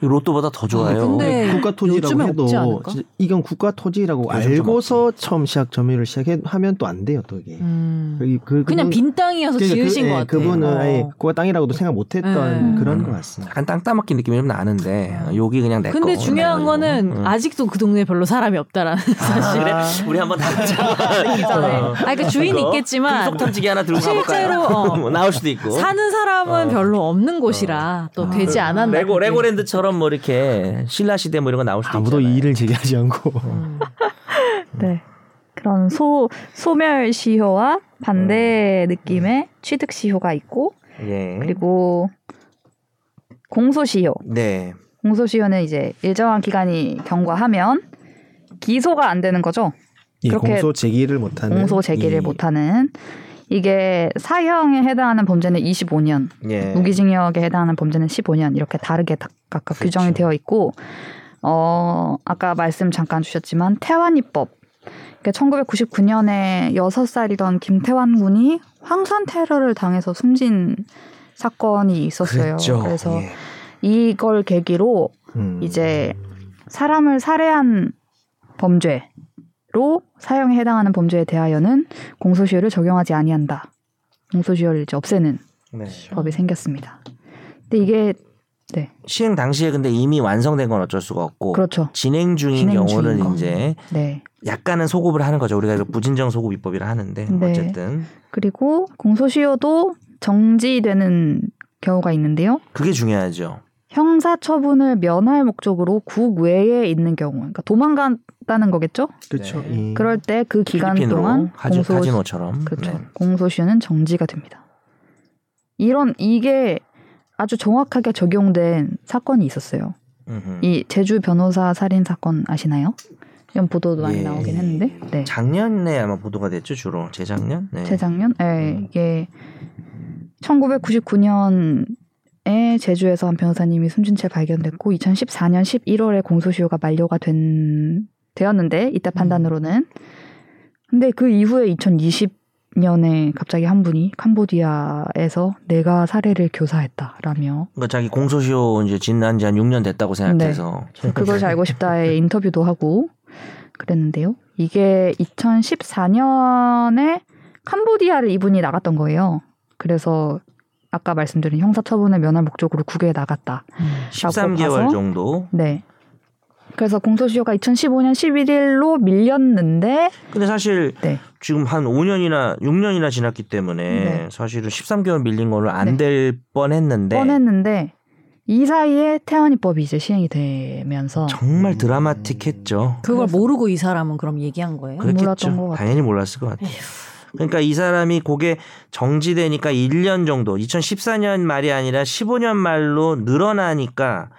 C: 이 로또보다 더 좋아요
D: 예. 근데
B: 국가 토지라고
D: 네. 요즘에 없지
B: 해도
D: 않을까?
B: 진짜 이건 국가 토지라고
C: 요즘 좀
B: 알고서 처음 시작 점유를 시작하면 또 안 돼요 또 이게.
D: 음.
B: 이- 그-
D: 그냥
B: 그분-
D: 빈 땅이어서
B: 그러니까
D: 지으신
B: 그,
D: 것
B: 예,
D: 같아요.
B: 그분은
D: 어.
B: 아예 국가 땅이라고도 생각 못했던
D: 음.
B: 그런 것 같습니다.
C: 약간 땅 따먹기 느낌이 좀 나는데 음. 어, 여기 그냥 내
D: 그렇죠. 근데
C: 거, 네. 음.
D: 중요한
C: 내
D: 거는
C: 거. 응.
D: 아직도 그 동네에 별로 사람이 없다라는 사실.
C: 그래 우리 한번
D: 아,
C: 다보자
D: 그러니까 주인이 있겠지만
C: 금속 탐지기 하나 들고
D: 실제로,
C: 가볼까요?
D: 어.
C: 뭐 나올 수도 있고
D: 사는 사람은
C: 어. 아.
D: 별로 없는 곳이라 또 되지 않았나.
C: 레고
D: 그게.
C: 레고랜드처럼 뭐 이렇게 신라 시대 뭐 이런 거 나올 수도
B: 아무도
C: 있잖아요.
B: 이 일을 제기하지 않고
D: 음.
A: 네. 그런 소 소멸 시효와 반대 느낌의 취득 시효가 있고
C: 예.
A: 그리고 공소 시효.
C: 네.
A: 공소 시효는 이제 일정한 기간이 경과하면 기소가 안 되는 거죠.
B: 예,
A: 그렇게
B: 공소 제기를 못하는
A: 공소 제기를
C: 예.
B: 이-
A: 못 하는 이게 사형에 해당하는 범죄는 25년,
C: 예.
A: 무기징역에 해당하는 범죄는 15년 이렇게 다르게 다- 각각
C: 그렇죠.
A: 규정이 되어 있고 어 아까 말씀 잠깐 주셨지만 태완이법 그러니까 1999년에 6살이던 김태환 군이 황산 테러를 당해서 숨진 사건이 있었어요.
C: 그랬죠.
A: 래서
C: 예.
A: 이걸 계기로
B: 음.
A: 이제 사람을 살해한 범죄로 사형에 해당하는 범죄에 대하여는 공소시효를 적용하지 아니한다. 공소시효를 이제 없애는
C: 네.
A: 법이 생겼습니다. 근데 이게
C: 시행 당시에 근데 이미 완성된 건 어쩔 수가 없고
A: 그렇죠.
C: 진행 중인
A: 진행
C: 경우는
A: 중인 거.
C: 이제
A: 네.
C: 약간은 소급을 하는 거죠. 우리가 이거 부진정 소급 입법이라 하는데
A: 네.
C: 어쨌든
A: 그리고 공소시효도 정지되는 경우가 있는데요.
C: 그게 중요하죠.
A: 형사처분을 면할 목적으로 국 외에 있는 경우, 그러니까 도망갔다는 거겠죠?
B: 그렇죠.
C: 네.
B: 예.
A: 그럴 때 그 기간
C: 필리핀으로
A: 동안
C: 카지,
A: 공소
C: 카지노처럼
A: 그렇죠.
C: 네.
A: 공소시효는 정지가 됩니다. 이런 이게 아주 정확하게 적용된 사건이 있었어요.
C: 음흠.
A: 이 제주 변호사 살인 사건 아시나요? 이런 보도도 많이
C: 예.
A: 나오긴 했는데, 네.
C: 작년에 아마 보도가 됐죠 주로 재작년. 네.
A: 재작년? 예,
C: 음.
A: 이게 1999년에 제주에서 한 변호사님이 숨진 채 발견됐고 2014년 11월에 공소시효가 만료가 된 되었는데
C: 음.
A: 이때 판단으로는 근데 그 이후에 2020년에 갑자기 한 분이 캄보디아에서 내가 살해를 교사했다라며
C: 그러니까 자기 공소시효 이제 지난 지 한 6년 됐다고 생각해서
A: 그걸 알고 싶다에 인터뷰도 하고 그랬는데요. 이게 2014년에 캄보디아를 이분이 나갔던 거예요. 그래서 아까 말씀드린 형사처분을 면할 목적으로 국외에 나갔다.
C: 13개월
A: 봐서?
C: 정도.
A: 네. 그래서 공소시효가 2015년 11일로 밀렸는데
C: 근데 사실
A: 네.
C: 지금 한 5년이나 6년이나 지났기 때문에
A: 네.
C: 사실은 13개월 밀린 거를 안 될 뻔했는데
A: 뻔했는데 이 사이에 태안이법이 이제 시행이 되면서
C: 정말 드라마틱했죠.
D: 그걸
A: 그래서-
D: 모르고 이 사람은 그럼 얘기한 거예요?
A: 그- 몰랐던 것
C: 그랬겠죠.
A: 같아요. 네.
C: 당연히 몰랐을 것 같아요. 그러니까 이 사람이 그게 정지되니까 1년 정도, 2014년 말이 아니라 15년 말로 늘어나니까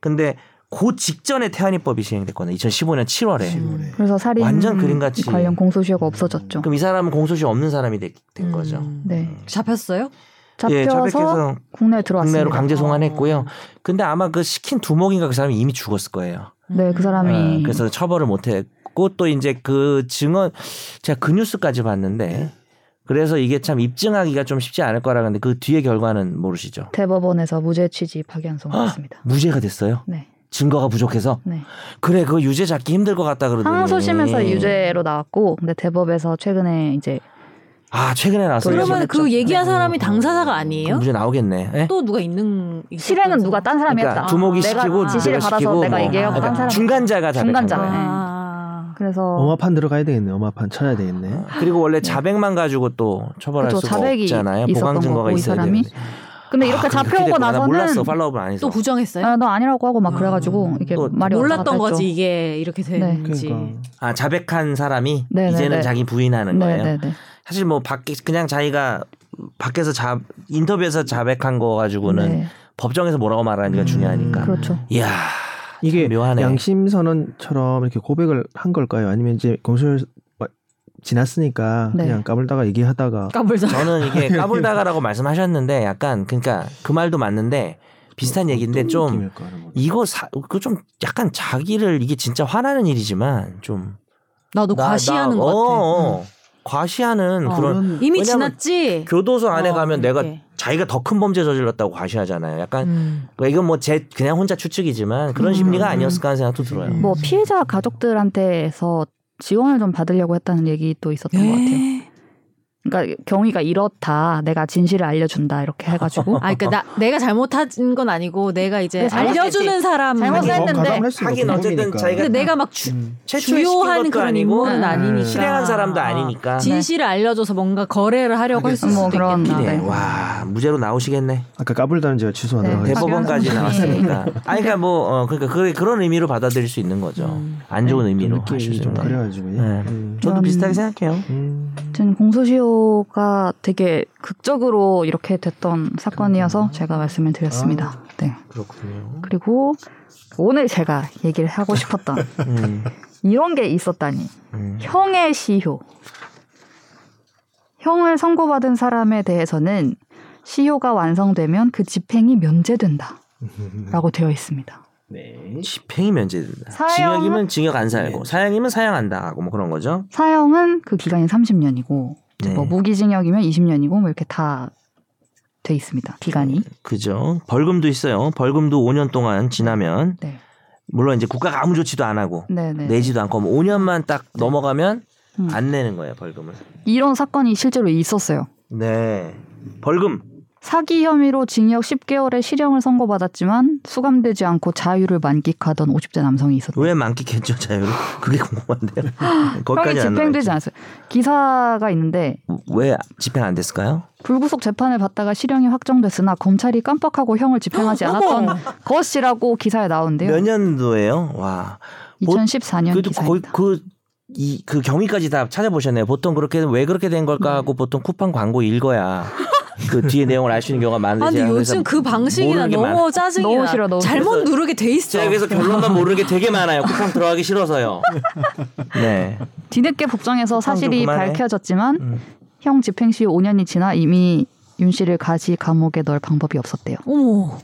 C: 근데 그 직전에 태안이법이 시행됐거든요. 2015년 7월에.
D: 음.
A: 그래서 살인
C: 완전 그림같이.
A: 관련 공소시효가 없어졌죠.
C: 그럼 이 사람은 공소시효 없는 사람이 되- 된 거죠.
D: 음.
A: 네.
D: 잡혔어요?
C: 예,
A: 잡혀서
C: 자백해서
A: 국내에 들어왔습니다.
C: 국내로 강제
D: 어.
C: 송환했고요. 근데 아마 그 시킨 두목인가 그 사람이 이미 죽었을 거예요.
A: 네,
D: 음.
A: 그 사람이
C: 아, 그래서 처벌을 못했고 또 이제 그 증언 제가 그 뉴스까지
A: 네.
C: 봤는데 그래서 이게 참 입증하기가 좀 쉽지 않을 거라 근데 그 뒤에 결과는 모르시죠.
A: 대법원에서 무죄 취지
C: 아!
A: 파기환송했습니다.
C: 무죄가 됐어요.
A: 네,
C: 증거가 부족해서
A: 네.
C: 그래 그거 유죄 잡기 힘들 것 같다 그러더니 음.
A: 항소심에서 유죄로 나왔고, 근데 대법에서 최근에 이제
C: 아 최근에 나왔어요.
D: 그러면 그 얘기한
C: 네. 음.
D: 사람이 당사자가 아니에요?
C: 그럼 무죄 나오겠네. 예?
D: 또 누가 있는
A: 실행은 누가 딴 사람이
C: 그러니까
A: 했다.
C: 두목이
A: 내가
C: 시키고
A: 지시를
C: 누가
A: 받아서
C: 시키고
A: 내가
C: 뭐.
A: 얘기하고
D: 딴 사람이
C: 중간자가 잡
A: 중간자.
D: 아.
A: 네. 그래서
B: 엄화판 들어가야 되겠네. 엄화판 쳐야 되겠네.
C: 그리고 원래 자백만 가지고 또 처벌할
A: 그렇죠.
C: 수가
A: 자백이
C: 없잖아요.
A: 있었던
C: 보강 증거가
A: 거고, 뭐 이
C: 있어야
A: 사람이.
C: 되는데.
A: 근데 이렇게
C: 아, 그렇게
A: 잡혀오고
C: 됐구나. 나
A: 나서는
C: 몰랐어. 팔로우업을 안 해서.
D: 또 부정했어요?
A: 아, 너 아니라고 하고 막 그래가지고 이게
C: 또
A: 말이
D: 몰랐던
A: 왔다 갔다
D: 거지
A: 했죠. 네.
D: 이게 이렇게 되는지.
B: 그러니까
C: 아 자백한 사람이
A: 네네네.
C: 이제는 자기 부인하는 거예요.
A: 네, 네, 네.
C: 사실 뭐 밖에 그냥 자기가 밖에서 자 인터뷰에서 자백한 거 가지고는
A: 네,
C: 법정에서 뭐라고 말하는지가
D: 음,
C: 중요하니까.
A: 그렇죠.
C: 이야
B: 이게
C: 묘하네.
B: 양심 선언처럼 이렇게 고백을 한 걸까요? 아니면 이제 공소를 지났으니까
A: 네.
B: 그냥 까불다가 얘기하다가
D: 까불자.
C: 저는
B: 아,
C: 이게 까불다가라고 말씀하셨는데 약간 그러니까 그 말도 맞는데 비슷한 얘기인데
B: 어떤
C: 좀
B: 느낌일까요, 여러분?
C: 이거 그 좀 약간 자기를 이게 진짜 화나는 일이지만 좀
D: 나도
C: 나-
D: 과시하는
C: 나-
D: 것 같아.
C: 어, 어. 과시하는
D: 어.
C: 그런
D: 이미
C: 왜냐면
D: 지났지.
C: 교도소 안에
D: 어,
C: 가면 내가
D: 이렇게.
C: 자기가 더 큰 범죄 저질렀다고 과시하잖아요. 약간
D: 음.
C: 그러니까 이건 뭐 제 그냥 혼자 추측이지만 그런
D: 음.
C: 심리가 아니었을까 하는 생각도 들어요.
A: 뭐 피해자 가족들한테서 지원을 좀 받으려고 했다는 얘기도 있었던
D: 네.
A: 것 같아요.
D: 에이.
A: 그러니까 경위가 이렇다, 내가 진실을 알려준다 이렇게 해가지고
D: 아, 그러니까 나 내가 잘못한 건 아니고 내가 이제
A: 네, 잘못했지.
D: 알려주는 사람.
A: 잘못했-
B: 뭐
A: 했는데
B: 가담을 할 수는
C: 음. 하긴
B: 없는
C: 어쨌든
B: 부분이니까.
C: 자기가-
D: 근데 내가 막 주,
B: 음.
D: 주요한 뭐. 그런 인물은
C: 네.
A: 음.
D: 아니니까.
C: 실행한 사람도 아니니까. 아,
D: 진실을 알려줘서 뭔가 거래를 하려고 했을
A: 뭐
D: 수도
A: 그런-
D: 있겠다.
A: 네.
C: 네. 와 무죄로 나오시겠네.
B: 아까 까불다는 제가
A: 네,
B: 취소하느라고
A: 대법-
C: 대법원까지
A: 박연수
C: 나왔으니까. 아, 그러니까 뭐 어, 그러니까 그, 그런 의미로 받아들일 수 있는 거죠.
D: 음.
C: 안 좋은 의미로 하실
B: 느낌이
C: 수
B: 네. 좀
C: 있는 거예요.
B: 그래가지고요.
C: 네.
B: 음.
C: 저도 비슷하게 생각해요.
B: 음.
A: 저는 공소시효가 되게 극적으로 이렇게 됐던 사건이어서 제가 말씀을 드렸습니다. 네.
C: 그렇군요.
A: 그리고 오늘 제가 얘기를 하고 싶었던
C: 음,
A: 이런 게 있었다니.
C: 음.
A: 형의 시효. 형을 선고받은 사람에 대해서는 시효가 완성되면 그 집행이 면제된다. 라고 되어 있습니다.
B: 네.
C: 집행이 면제된다.
A: 사형은-
C: 징역이면 징역 안 살고 사형이면 사형 안 당하고 뭐 그런 거죠.
A: 사형은 그 기간이 30년이고
C: 네.
A: 뭐 무기징역이면 20년이고 뭐 이렇게 다 돼 있습니다. 기간이.
C: 그죠. 벌금도 있어요. 벌금도 5년 동안 지나면
A: 네.
C: 물론 이제 국가가 아무 조치도 안 하고
A: 네, 네.
C: 내지도 않고 5년만 딱 넘어가면
A: 음.
C: 안 내는 거예요 벌금을.
A: 이런 사건이 실제로 있었어요.
C: 네. 벌금
A: 사기 혐의로 징역 10개월의 실형을 선고받았지만 수감되지 않고 자유를 만끽하던 50대 남성이 있었다.
C: 왜 만끽했죠 자유를? 그게 궁금한데요.
A: 형이
C: 거기까지 안
A: 집행되지 않았어요. 기사가 있는데
C: 나와요. 왜 집행 안 됐을까요?
A: 불구속 재판을 받다가 실형이 확정됐으나 검찰이 깜빡하고 형을 집행하지 않았던 것이라고 기사에 나오는데요.
C: 몇 년도예요? 와. 뭐,
A: 2014년
C: 그래도 거의
A: 기사입니다.
C: 그, 이, 그 경위까지 다 찾아보셨네요. 보통 그렇게, 왜 그렇게 된
A: 음.
C: 걸까 하고 보통 쿠팡 광고 읽어야 그 뒤에 내용을 알 수 있는 경우가 많은데.
D: 아, 근데
C: 제가 그래서
D: 요즘 그 방식이 나
C: 모르는 게
D: 너무
C: 많아요.
D: 짜증이
A: 너무
D: 나.
A: 싫어, 너무
D: 잘못
C: 그래서-
D: 누르게 돼 있어.
C: 제가 그래서 결론만 모르는 게 되게 많아요. 쿠팡 들어가기 싫어서요. 네.
A: 뒤늦게 법정에서
C: 좀
A: 사실이
C: 그만해.
A: 밝혀졌지만
C: 음.
A: 형 집행 시 5년이 지나 이미 윤 씨를 가지 감옥에 넣을 방법이 없었대요.
D: 어머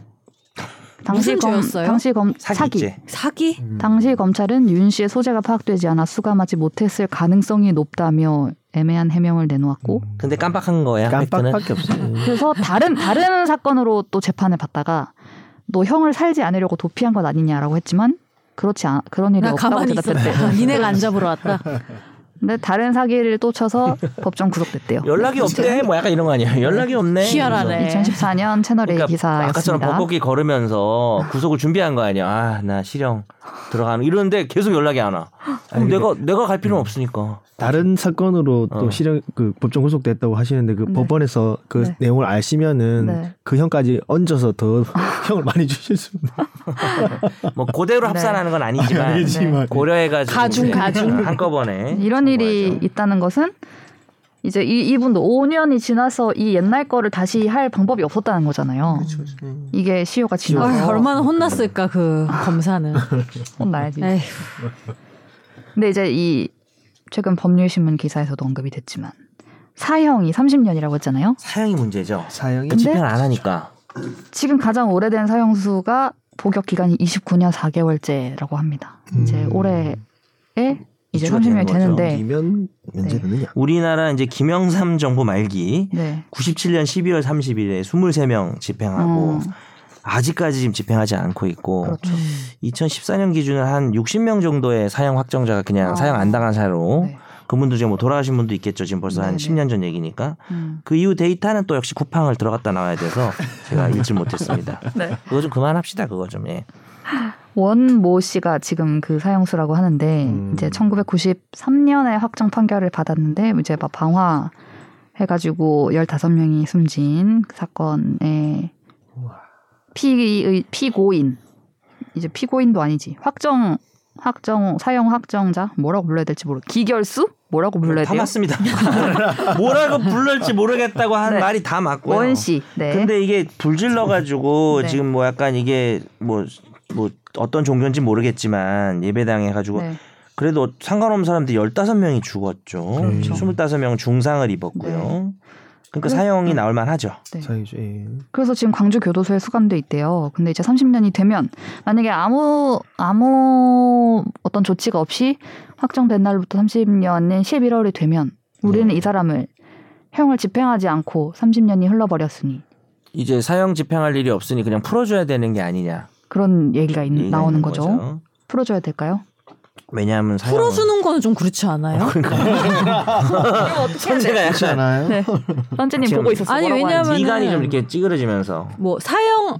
A: 당시
D: 무슨
A: 검
D: 죄였어요?
A: 당시 검 사기.
C: 사기죄.
D: 사기?
A: 음, 당시 검찰은 윤 씨의 소재가 파악되지 않아 수감하지 못했을 가능성이 높다며 애매한 해명을 내놓았고
C: 근데 깜빡한 거야. 팩트는.
B: 깜빡밖에 없어요.
A: 그래서 다른 다른 사건으로 또 재판을 받다가 너 형을 살지 않으려고 도피한 건 아니냐라고 했지만 그렇지 않 그런 일이
D: 나
A: 없다고
D: 아, 가만히
A: 대답했대.
D: 있었대. 니네가 안 잡으러 왔다.
A: 근데 다른 사기를 또 쳐서 법정 구속됐대요.
C: 연락이 없대. 뭐 약간 이런 거 아니에요. 연락이 없네.
D: 희열하네.
A: 2014년 채널 A
C: 예.
A: 네,
C: 아까처럼
A: 기사였습니다.
C: 벚꽃길 걸으면서 구속을 준비한 거 아니야. 아, 나 실형 들어가는 이러는데 계속 연락이 안 와. 그럼 내가 내가 갈 필요는 없으니까.
B: 다른 사건으로
C: 어.
B: 또 실형 그 법정 구속됐다고 하시는데 그
A: 네.
B: 법원에서 그
A: 네.
B: 내용을 아시면은
A: 네.
B: 그 형까지 얹어서 더 형을 많이 주실 수 있는
C: 뭐
A: 네.
C: 그대로 합산하는 건 아니지만 네.
B: 아니지만
C: 고려해가지고
D: 가중,
C: 이제
D: 가중.
C: 한꺼번에
A: 이런 일이
C: 정보하죠.
A: 있다는 것은 이제 이, 이분도 5년이 지나서 이 옛날 거를 다시 할 방법이 없었다는 거잖아요. 음. 이게 시효가
D: 아,
A: 지나서 어.
D: 얼마나 혼났을까 그 검사는.
A: 혼나야지.
C: 네.
D: 에휴,
A: 근데 이제 이 최근 법률신문 기사에서도 언급이 됐지만 사형이 30년이라고 했잖아요.
C: 사형이 문제죠.
B: 사형이
A: 근데-
C: 집행 안 하니까
A: 지금 가장 오래된 사형수가 복역 기간이 29년 4개월째라고 합니다. 이제
B: 음.
A: 올해에 이제
C: 이주가
A: 30년이
C: 되는 거죠.
A: 되는데
B: 이면 면제
A: 네.
B: 되느냐?
C: 우리나라 이제 김영삼 정부 말기
A: 네.
C: 97년 12월 30일에 23명 집행하고
A: 음.
C: 아직까지 지금 집행하지 않고 있고
A: 그렇죠.
C: 2014년 기준으로 한 60명 정도의 사형 확정자가 그냥
A: 아.
C: 사형 안 당한 사로
A: 네.
C: 그분도 지금 뭐 돌아가신 분도 있겠죠. 지금 벌써
A: 네네.
C: 한 10년 전 얘기니까.
A: 음.
C: 그 이후 데이터는 또 역시 쿠팡을 들어갔다 나와야 돼서 제가 읽지 못했습니다.
A: 네.
C: 그거 좀 그만합시다. 그거 좀. 예.
A: 원모 씨가 지금 그 사형수라고 하는데
B: 음.
A: 이제 1993년에 확정 판결을 받았는데 이제 막 방화 해가지고 15명이 숨진 그 사건의 피의 피고인 이제 피고인도 아니지 확정 확정 사형 확정자 뭐라고 불러야 될지 모르 기결수 뭐라고 불러야
C: 어, 다
A: 돼요
C: 맞습니다. 뭐라고 불러일지 모르겠다고 한
A: 네.
C: 말이 다 맞고요.
A: 원씨 네
C: 근데 이게 불질러 가지고
A: 네.
C: 지금 뭐 약간 이게 뭐 뭐 어떤 종교인지 모르겠지만 예배당에 가지고
A: 네.
C: 그래도 상관없는 사람들 15명이 죽었죠.
B: 그렇죠.
C: 25명 중상을 입었고요.
A: 네.
C: 그러니까
A: 그래-
C: 사형이
A: 음.
C: 나올 만하죠.
A: 네.
B: 사형이죠. 예.
A: 그래서 지금 광주 교도소에 수감돼 있대요. 근데 이제 30년이 되면 만약에 아무 아무 어떤 조치가 없이 확정된 날부터 30년인 11월이 되면 우리는
C: 네.
A: 이 사람을 형을 집행하지 않고 30년이 흘러버렸으니
C: 이제 사형 집행할 일이 없으니 그냥 풀어줘야 되는 게 아니냐.
A: 그런 얘기가 있-
D: 음,
C: 얘기가
A: 나오는
C: 있는
A: 거죠. 풀어줘야 될까요?
C: 왜냐하면 사형
D: 풀어주는 거는 좀 그렇지 않아요?
C: 그러니까. 천재가
B: 그렇지
C: 약간
B: 않아요?
A: 네. 선재님
C: 지금-
A: 보고 있었어.
D: 아니,
A: 뭐라고
D: 왜냐면-
A: 하는지.
C: 미간이 좀 이렇게 찌그러지면서
D: 뭐 사형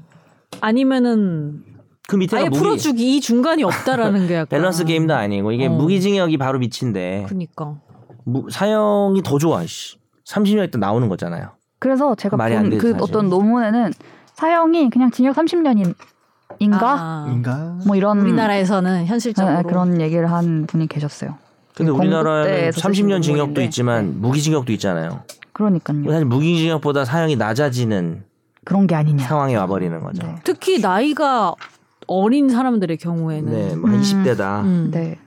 D: 아니면은
C: 그 밑에가
D: 아예
C: 무기
D: 풀어주기 이 중간이 없다라는 게 약간
C: 밸런스 게임도 아니고 이게
D: 어.
C: 무기징역이 바로 밑인데
D: 그니까
C: 무- 사형이 더 좋아. 씨. 30년 있다 나오는 거잖아요.
A: 그래서 제가
C: 말이 안 되지,
A: 본그
C: 사실.
A: 어떤 논문에는 사형이 그냥 징역 30년인가
D: 아,
B: 인가?
A: 뭐 이런
D: 우리나라에서는 현실적으로
A: 네, 그런 얘기를 한 분이 계셨어요.
C: 근데
E: 음,
A: 공부
E: 네,
C: 우리나라는
A: 때에서 쓰신
C: 30년 징역도
A: 부분인데.
C: 있지만 무기징역도 있잖아요.
E: 네.
A: 그러니까요.
C: 사실 무기징역보다 사형이 낮아지는
A: 그런 게
E: 네.
A: 아니냐.
C: 상황에 와버리는 거죠.
A: 네.
D: 특히 나이가 어린 사람들의 경우에는
C: 네, 뭐 한
A: 음.
C: 20대다.
D: 음.
A: 네.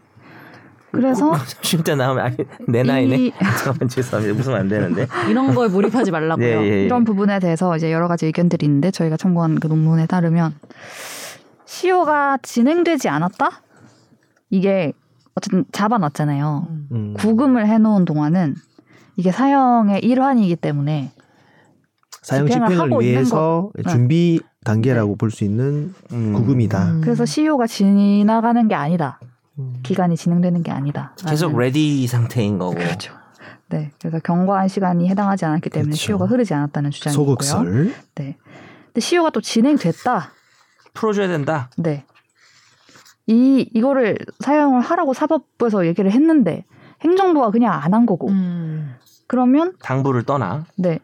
A: 그래서
B: 어,
C: 30대 나오면 아니, 내 나이네.
A: 이-
C: 잠깐만 죄송합니다. 웃으면 안 되는데.
D: 이런 거에 몰입하지
E: 아,
D: 말라고요.
C: 예,
B: 네.
C: 예, 예.
A: 이런 부분에 대해서 이제 여러 가지 의견들이 있는데 저희가 참고한 그 논문에 따르면 시효가 진행되지 않았다? 이게 어쨌든 잡아놨잖아요.
D: 음.
B: 음.
A: 구금을 해놓은 동안은 이게 사형의 일환이기 때문에
B: 사형
A: 집행을
B: 집행을
A: 하고 있는
B: 위해서
A: 거. 네.
B: 준비 단계라고 볼 수 있는
C: 음.
B: 구금이다.
D: 음.
A: 그래서 시효가 지나가는 게 아니다.
B: 음.
A: 기간이 진행되는 게 아니다.
E: 네.
C: 계속 레디 상태인 거고.
A: 그렇죠. 네, 그래서 경과한 시간이 해당하지 않았기 때문에
B: 그렇죠.
A: 시효가 흐르지 않았다는 주장이고요.
B: 소극설.
A: 네. 근데 시효가 또 진행됐다.
C: 풀어줘야 된다.
A: 네. 이 이거를 사용을 하라고 사법부에서 얘기를 했는데 행정부가 그냥 안 한 거고.
C: 음.
A: 그러면
C: 당부를 떠나.
A: 네.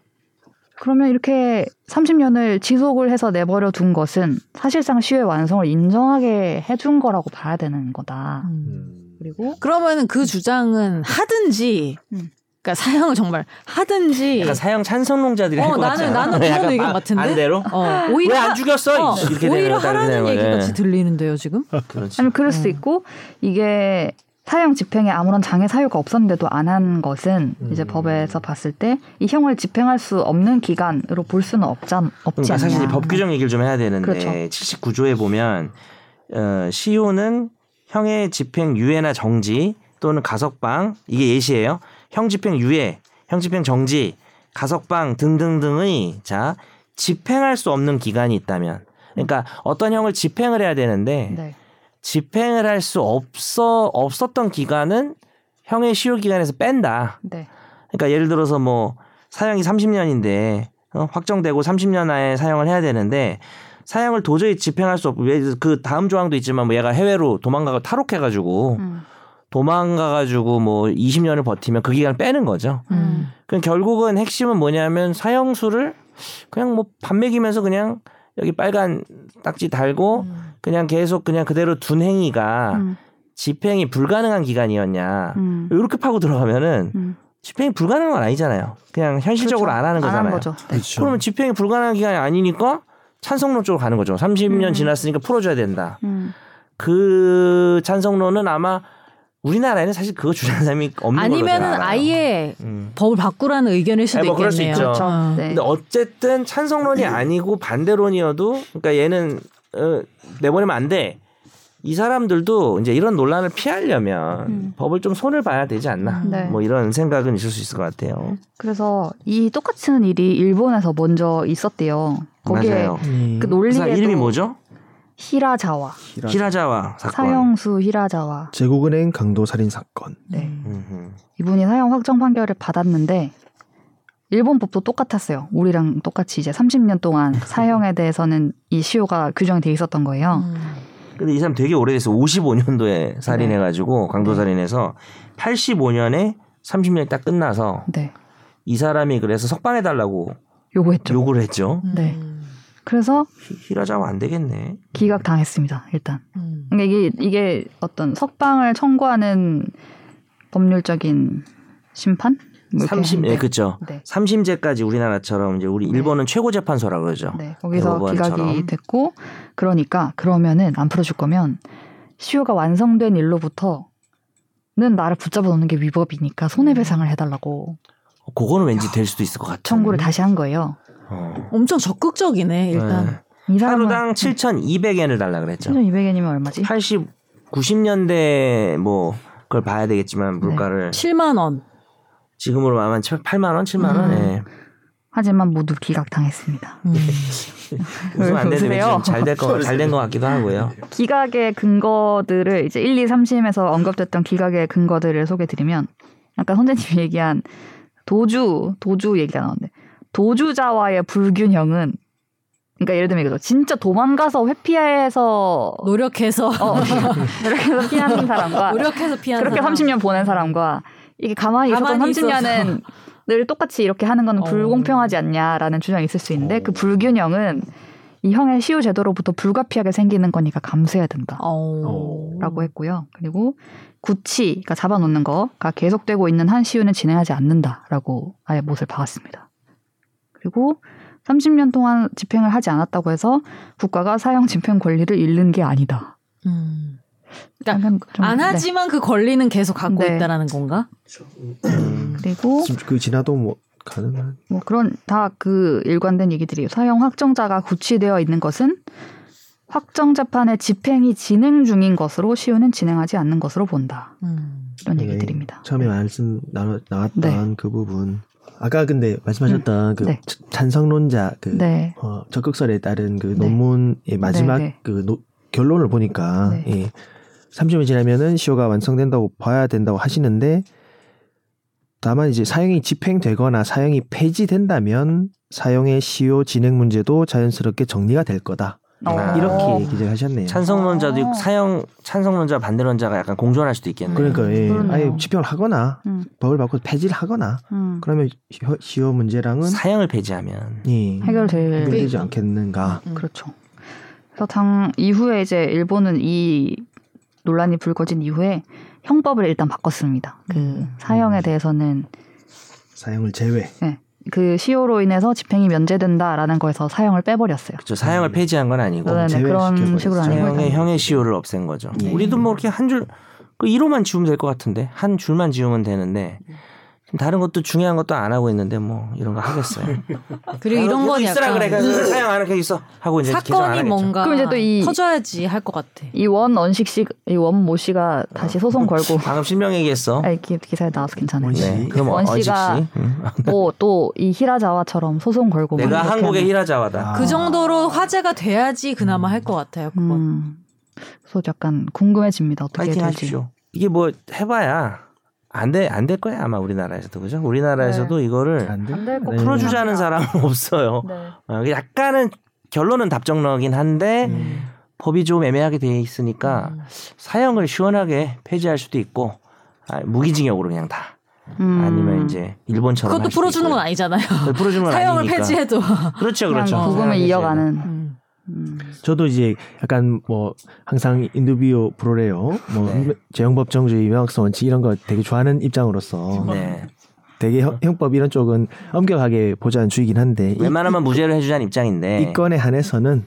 A: 그러면 이렇게 30년을 지속을 해서 내버려 둔 것은 사실상 시효의 완성을 인정하게 해준 거라고 봐야 되는 거다. 네.
B: 음.
A: 그리고
E: 그러면 그 주장은 하든지
A: 음.
E: 그러니까 사형을 정말 하든지
C: 약간 사형 찬성론자들이
E: 예. 어,
C: 할것
E: 나는-
C: 같지 않아?
E: 나는 그런
C: 약간
E: 의견
C: 바-
E: 같은데?
C: 반대로?
E: 어, 오히려
C: 왜 안 죽였어?
E: 어,
C: 이렇게 되는
E: 오히려
C: 거다,
E: 하라는
C: 이렇게
E: 얘기
C: 되는 거네.
E: 같이 들리는데요 지금.
C: 그렇지.
A: 아니 그럴 수도
E: 음.
A: 있고 이게 사형 집행에 아무런 장애 사유가 없었는데도 안 한 것은 이제
B: 음.
A: 법에서 봤을 때 이 형을 집행할 수 없는 기간으로 볼 수는 없잖 없지
C: 그러니까
A: 않냐.
C: 사실 이법 규정 얘기를 좀 해야 되는데
A: 그렇죠.
C: 79조에 보면 어, 시효는 형의 집행 유예나 정지 또는 가석방 이게 예시예요. 형 집행 유예, 형 집행 정지, 가석방 등등등의 자 집행할 수 없는 기간이 있다면 그러니까 어떤 형을 집행을 해야 되는데
A: 네.
C: 집행을 할 수 없어 없었던 기간은 형의 시효 기간에서 뺀다.
A: 네.
C: 그러니까 예를 들어서 뭐 사형이 30년인데 어, 확정되고 30년 안에 사형을 해야 되는데 사형을 도저히 집행할 수 없고 예를 들어서 그 다음 조항도 있지만 뭐 얘가 해외로 도망가고 탈옥해가지고
A: 음.
C: 도망가가지고 뭐 20년을 버티면 그 기간 을 빼는 거죠.
E: 음.
C: 그럼 결국은 핵심은 뭐냐면 사형수를 그냥 뭐 밥 먹이면서 그냥 여기 빨간 딱지
A: 어?
C: 달고
E: 음.
C: 그냥 계속 그냥 그대로 둔 행위가
A: 음.
C: 집행이 불가능한 기간이었냐
A: 음.
C: 이렇게 파고 들어가면은
A: 음.
C: 집행이 불가능한 건 아니잖아요. 그냥 현실적으로
A: 그렇죠.
C: 안 하는
A: 안
C: 거잖아요.
A: 한 거죠. 네.
B: 그렇죠.
C: 그러면 집행이 불가능한 기간이 아니니까 찬성론 쪽으로 가는 거죠. 30년
A: 음.
C: 지났으니까 풀어줘야 된다.
A: 음.
C: 그 찬성론은 아마 우리나라에는 사실 그거 주장하는 사람이 없는 걸로
E: 아니면은
C: 제가 알아요.
E: 아예
C: 음.
E: 법을 바꾸라는 의견일 수도
C: 네, 뭐 그럴 수
E: 있겠네요.
C: 있죠. 그렇죠.
E: 어.
A: 네. 음.
C: 근데 어쨌든 찬성론이 아니고 반대론이어도 그러니까 얘는 어, 내보내면 안 돼. 이 사람들도 이제 이런 논란을 피하려면
A: 음.
C: 법을 좀 손을 봐야 되지 않나.
A: 네.
C: 뭐 이런 생각은 있을 수 있을 것 같아요.
A: 그래서 이 똑같은 일이 일본에서 먼저 있었대요. 거기에
C: 맞아요.
B: 음.
A: 그
C: 그
A: 논리에도
C: 사람 이름이 뭐죠?
A: 히라자와
B: 히라-
C: 히라자와 사건.
A: 음, 사형수 히라자와
B: 제국은행 강도 살인 사건.
A: 네.
C: 음,
A: 이분이 사형 확정 판결을 받았는데 일본 법도 똑같았어요. 우리랑 똑같이 이제 30년 동안 사형에 대해서는 이 시효가 규정이 돼 있었던 거예요.
E: 음.
C: 음. 근데 이 사람 되게 오래됐어. 55년도에 살인해가지고 강도
A: 네.
C: 살인해서 85년에 30년이 딱 끝나서
A: 네,
C: 이 사람이 그래서 석방해달라고
A: 요구했죠.
C: 욕을 했죠.
A: 네.
E: 음.
A: 그래서
C: 히- 히라자와 안 되겠네.
A: 기각 당했습니다. 일단
E: 음.
A: 그러니까 이게 이게 어떤 석방을 청구하는 법률적인 심판? 뭐 이렇게
C: 30, 예,
A: 하는데.
C: 그쵸.
A: 네.
C: 삼심제까지 우리나라처럼 이제 우리
A: 네.
C: 일본은 최고 재판소라 그러죠.
A: 네, 거기서
C: 대법원처럼.
A: 기각이 됐고 그러니까 그러면은 안 풀어줄 거면 시효가 완성된 일로부터는 나를 붙잡아 놓는 게 위법이니까 손해배상을 해달라고
C: 어, 그거는 왠지 될 수도 있을 것 같아.
A: 청구를 다시 한 거예요.
C: 어.
E: 엄청 적극적이네 일단.
A: 이
C: 네.
A: 사람은
C: 하루당 7,200엔을 달라 그랬죠.
A: 7,200엔이면 얼마지?
C: 80, 90년대 뭐 그걸 봐야
A: 네.
C: 되겠지만 물가를
E: 7만 원.
C: 지금으로 말하면 8만 원, 7만 원.
E: 음.
C: 예.
A: 하지만 모두 기각당했습니다.
C: 웃으면 안
A: 왜
C: 되는데
A: 웃으세요?
C: 잘될거잘된 것 같기도 하고요.
A: 기각의 근거들을 이제 1, 2, 3심에서 언급됐던 기각의 근거들을 소개드리면 아까 선재님이 얘기한 도주 도주 얘기가 나왔는데 도주자와의 불균형은 그러니까 예를 들면 이거죠. 진짜 도망가서 회피해서
E: 노력해서
A: 어, 이렇게 해서 피하는 사람과
E: 노력해서 피하는
A: 아, 그렇게
E: 사람.
A: 30년 보낸 사람과 이게 가만히 있었던
E: 가만히
A: 30년은 늘 똑같이 이렇게 하는 건
E: 어.
A: 불공평하지 않냐라는 주장이 있을 수 있는데 그 불균형은 이 형의 시효 제도로부터 불가피하게 생기는 거니까 감수해야 된다.
E: 어.
A: 라고 했고요. 그리고 구치, 그러니까 잡아놓는 거가 계속되고 있는 한 시효는 진행하지 않는다라고 아예 못을 박았습니다. 그리고 30년 동안 집행을 하지 않았다고 해서 국가가 사형 집행 권리를 잃는 게 아니다.
E: 음.
A: 약간 좀-
E: 안
A: 네.
E: 하지만 그 권리는 계속 갖고
A: 네.
E: 있다라는 건가?
C: 음.
A: 그리고
B: 지금 그 지나도 뭐 가능한.
A: 뭐 그런 다 그 일관된 얘기들이에요. 사형 확정자가 구치되어 있는 것은 확정 재판의 집행이 진행 중인 것으로 시효는 진행하지 않는 것으로 본다.
E: 음.
A: 이런
B: 네.
A: 얘기들입니다.
B: 처음에 말씀 나눠, 나왔던 그 부분. 아까 근데 말씀하셨던 그
A: 네.
B: 차- 찬성론자 그
A: 네.
B: 어, 적극설에 따른 그 논문의 마지막
A: 네, 네.
B: 그 노- 결론을 보니까
A: 네.
B: 예. 30일 지나면은 시효가 완성된다고 봐야 된다고 하시는데 다만 이제 사형이 집행되거나 사형이 폐지된다면 사형의 시효 진행 문제도 자연스럽게 정리가 될 거다.
C: 아.
B: 이렇게 기재를 하셨네요.
C: 찬성론자도
A: 어.
C: 사형 찬성론자 반대론자가 약간 공존할 수도 있겠네요.
B: 그러니까 예.
A: 그러네요.
B: 아예 집행을 하거나
A: 음.
B: 법을 바꿔 폐지를 하거나
A: 음.
B: 그러면 시효, 시효 문제랑은
C: 사형을 폐지하면
B: 예,
E: 음.
A: 네. 해결될 그
B: 해결되지 않겠는가.
A: 그렇죠. 그래서 당 이후에 이제 일본은 이 논란이 불거진 이후에 형법을 일단 바꿨습니다. 그 사형에 대해서는
B: 사형을 제외.
A: 그 시효로 인해서 집행이 면제된다라는 거에서 사형을 빼버렸어요.
C: 저 사형을 폐지한 건 아니고
A: 네, 네, 그런
B: 제외시켜버렸어요.
A: 식으로 안 해요.
C: 형의 형의 시효를 없앤 거죠.
B: 예.
C: 우리도 뭐 이렇게 한 줄 그 1호만 지우면 될 것 같은데 한 줄만 지우면 되는데 지금 다른 것도 중요한 것도 안 하고 있는데 뭐 이런 거 하겠어요. 어,
E: 그리고 이런 건
C: 아, 있으라
E: 약간
C: 그래 그래서 사형 안 하게 있어 하고 이제 계속 안
E: 사건이
C: 하겠죠.
E: 뭔가
A: 그럼 이제 또 이-
E: 터져야지 할 것 같아.
A: 이원 원식 씨, 이원 모 씨가 다시 소송 걸고
C: 방금 실명 얘기했어.
A: 아, 기, 기사에 나와서 괜찮아요.
B: 원식.
C: 네. 그럼
A: 원
C: 어직 씨.
A: 씨가
C: 음.
A: 또 또 이 히라자와처럼 소송 걸고 막
C: 내가
A: 이렇게
C: 한국의
A: 하는-
C: 히라자와다.
B: 아.
E: 그 정도로 화제가 돼야지 그나마 할 것 같아요. 그건.
A: 음. 그래서 약간 궁금해집니다. 어떻게
C: 파이팅
A: 될지.
C: 하십시오. 이게 뭐 해봐야 안 돼 안 될 거야 아마 우리나라에서도 그죠? 우리나라에서도 이거를
B: 안 돼?
A: 안될것
B: 네.
C: 풀어주자는 사람은 없어요. 어, 약간은 결론은 답정너긴 한데
B: 음.
C: 법이 좀 애매하게 돼 있으니까
E: 음.
C: 사형을 시원하게 폐지할 수도 있고 아, 무기징역으로 그냥 다
A: 음.
C: 아니면 이제 일본처럼
E: 그것도
C: 할 수도
E: 풀어주는
C: 있고요.
E: 건 아니잖아요.
C: 그걸 풀어주는 건
E: 사형을
C: 아니니까.
E: 폐지해도.
C: 그렇죠
A: 그냥
C: 그렇죠
A: 복음을
C: 사형을
A: 이어가는.
E: 음.
A: 음.
B: 저도 이제 약간 뭐 항상 인두비오 프로레오, 뭐
C: 네.
B: 재형법정주의, 명확성 원칙 이런 거 되게 좋아하는 입장으로서
C: 폐지해야 돼요. 네
B: 되게 형, 형법 이런 쪽은 엄격하게 보자는 주의긴 한데 이,
C: 웬만하면 네. 무죄를 해주자는 입장인데
B: 이 건에 한해서는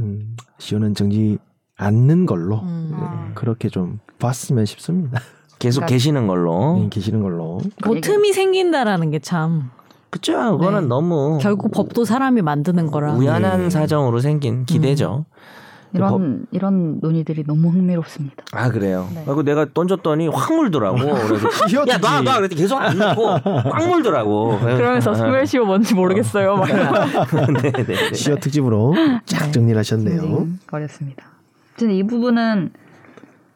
B: 음, 시효는 정지 않는 걸로 네,
E: 음.
B: 그렇게 좀 봤으면 싶습니다. 네,
C: 계속
A: 그러니까-
C: 계시는 걸로
B: 계시는 걸로.
E: 뭐 틈이 생긴다라는 게 참
C: 그죠 그거는
E: 네.
C: 너무
E: 결국 법도 사람이 만드는 거라.
C: 어. 우연한
B: 네.
C: 사정으로
A: 음.
C: 생긴 기대죠
A: 이런 이런 논의들이 너무 흥미롭습니다.
C: 아 그래요
A: 네.
C: 그리고 내가 던졌더니 확 물더라고 그래서
B: 시효특위.
C: 야놔놔 그랬더니 계속 안 물고 꽉 물더라고
A: 그러면서 스멜시오 뭔지 모르겠어요. 막
C: 네, 네, 네.
B: 시어 특집으로 쫙 정리를 하셨네요.
A: 거렸습니다. 아무튼 이 부분은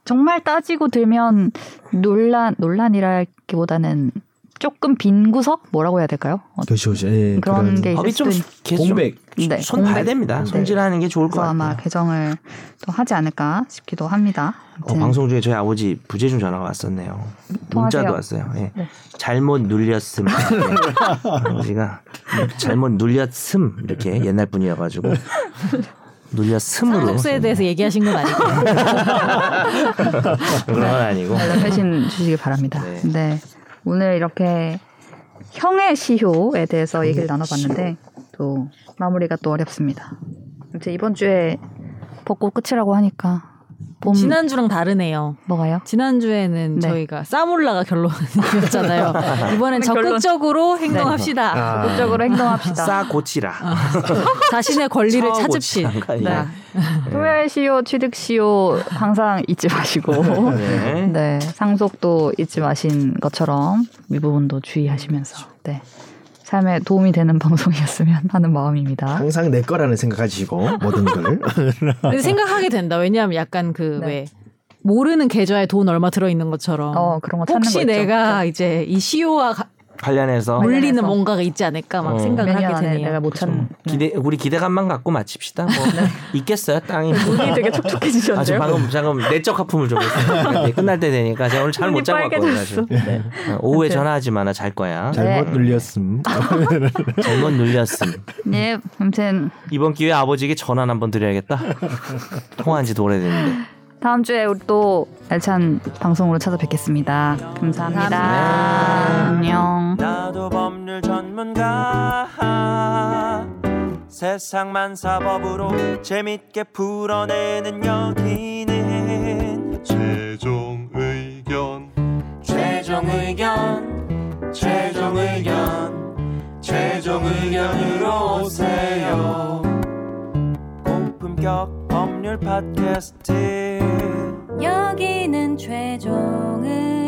A: 정말 따지고 들면 논란 논란이라기보다는 조금 빈 구석 뭐라고 해야 될까요? 어,
B: 그렇죠, 그렇죠. 예,
A: 그런
B: 그런
A: 게 있을
C: 법이 좀
A: 수도 있-
C: 계속 좀
B: 공백.
A: 네,
C: 손 봐야
A: 공백.
C: 됩니다. 손질하는 게 좋을 것
A: 그래서 아마
C: 같아요.
A: 개정을 또 하지 않을까 싶기도 합니다.
C: 어,
A: 아무튼
C: 방송 중에 저희 아버지 부재 중 전화가 왔었네요. 문자도
A: 통화하세요.
C: 왔어요. 예.
A: 네.
C: 잘못 눌렸음. 네. 아버지가 잘못 눌렸음 이렇게 옛날 분이어가지고 눌렸음으로.
E: 쌍독수에 대해서 얘기하신 건 아니고.
A: 음.
C: 그런 건 아니고.
A: 알람 회신 주시기 바랍니다.
C: 네.
A: 네. 오늘 이렇게 형의 시효에 대해서 얘기를 나눠봤는데 또 마무리가 또 어렵습니다. 이제 이번 주에 벚꽃 끝이라고 하니까 봄
E: 지난주랑 다르네요.
A: 뭐가요?
E: 지난주에는
A: 네.
E: 저희가 싸몰라가 결론이었잖아요. 이번엔
C: 네.
E: 적극적으로
C: 아.
E: 행동합시다.
A: 적극적으로 행동합시다.
C: 싸 고치라.
E: 자신의 권리를
C: 싸
E: 찾읍시다.
C: 고치라가
E: 네.
C: 아니라.
A: 소멸 시효, 취득 시효 항상 잊지 마시고
C: 네.
A: 네 상속도 잊지 마신 것처럼 이 부분도 주의하시면서 네 삶에 도움이 되는 방송이었으면 하는 마음입니다.
B: 아,
E: 어.
B: 항상 내 거라는 생각하시고 모든 걸.
E: 근데 생각하게 된다. 왜냐하면 약간 그 왜
A: 네.
E: 모르는 계좌에 돈 얼마 들어 있는 것처럼
A: 어 그런 거 찾는 거
E: 혹시
A: 있죠?
E: 내가 이제 이 시효와 가-
C: 관련해서
D: 네.
A: 물-
E: 물리는
A: 관련해서.
E: 뭔가가 있지 않을까 막
C: 어.
E: 생각을
A: 몇년
E: 하게
A: 안에
E: 되네요.
A: 내가 못 찾는
C: 그렇죠. 기대 우리 기대감만 갖고 마칩시다. 뭐 있겠어요 땅이. 뭐.
A: 눈이 되게
C: 아, 저
A: 촉촉해지셨네요.
C: 방금 잠깐 내적 하품을 좀 했어요. 네, 끝날 때 되니까 제가 오늘 잘 못
A: 눈이
C: 자고 왔거든요.
A: 빨개졌어.
C: 사실. 어, 오후에
A: 네.
C: 전화하지 마. 나 잘 거야.
B: 잘못 눌렸음.
C: 잘못 눌렸음.
A: 네, 아무튼
C: 이번 기회에 아버지에게 전화 한번 드려야겠다. 통화한 지도 오래됐는데.
A: 다음 주에 우리 또 알찬 방송으로 찾아뵙겠습니다. 감사합니다.
C: 감사합니다.
A: 안녕.
F: 나도 법률 전문가 세상만 사법으로 재밌게 풀어내는 여기는
G: 최종 의견
F: 최종 의견 최종 의견 최종 의견으로 오세요 고품격 법률 팟캐스트
H: 여기는 최종 의견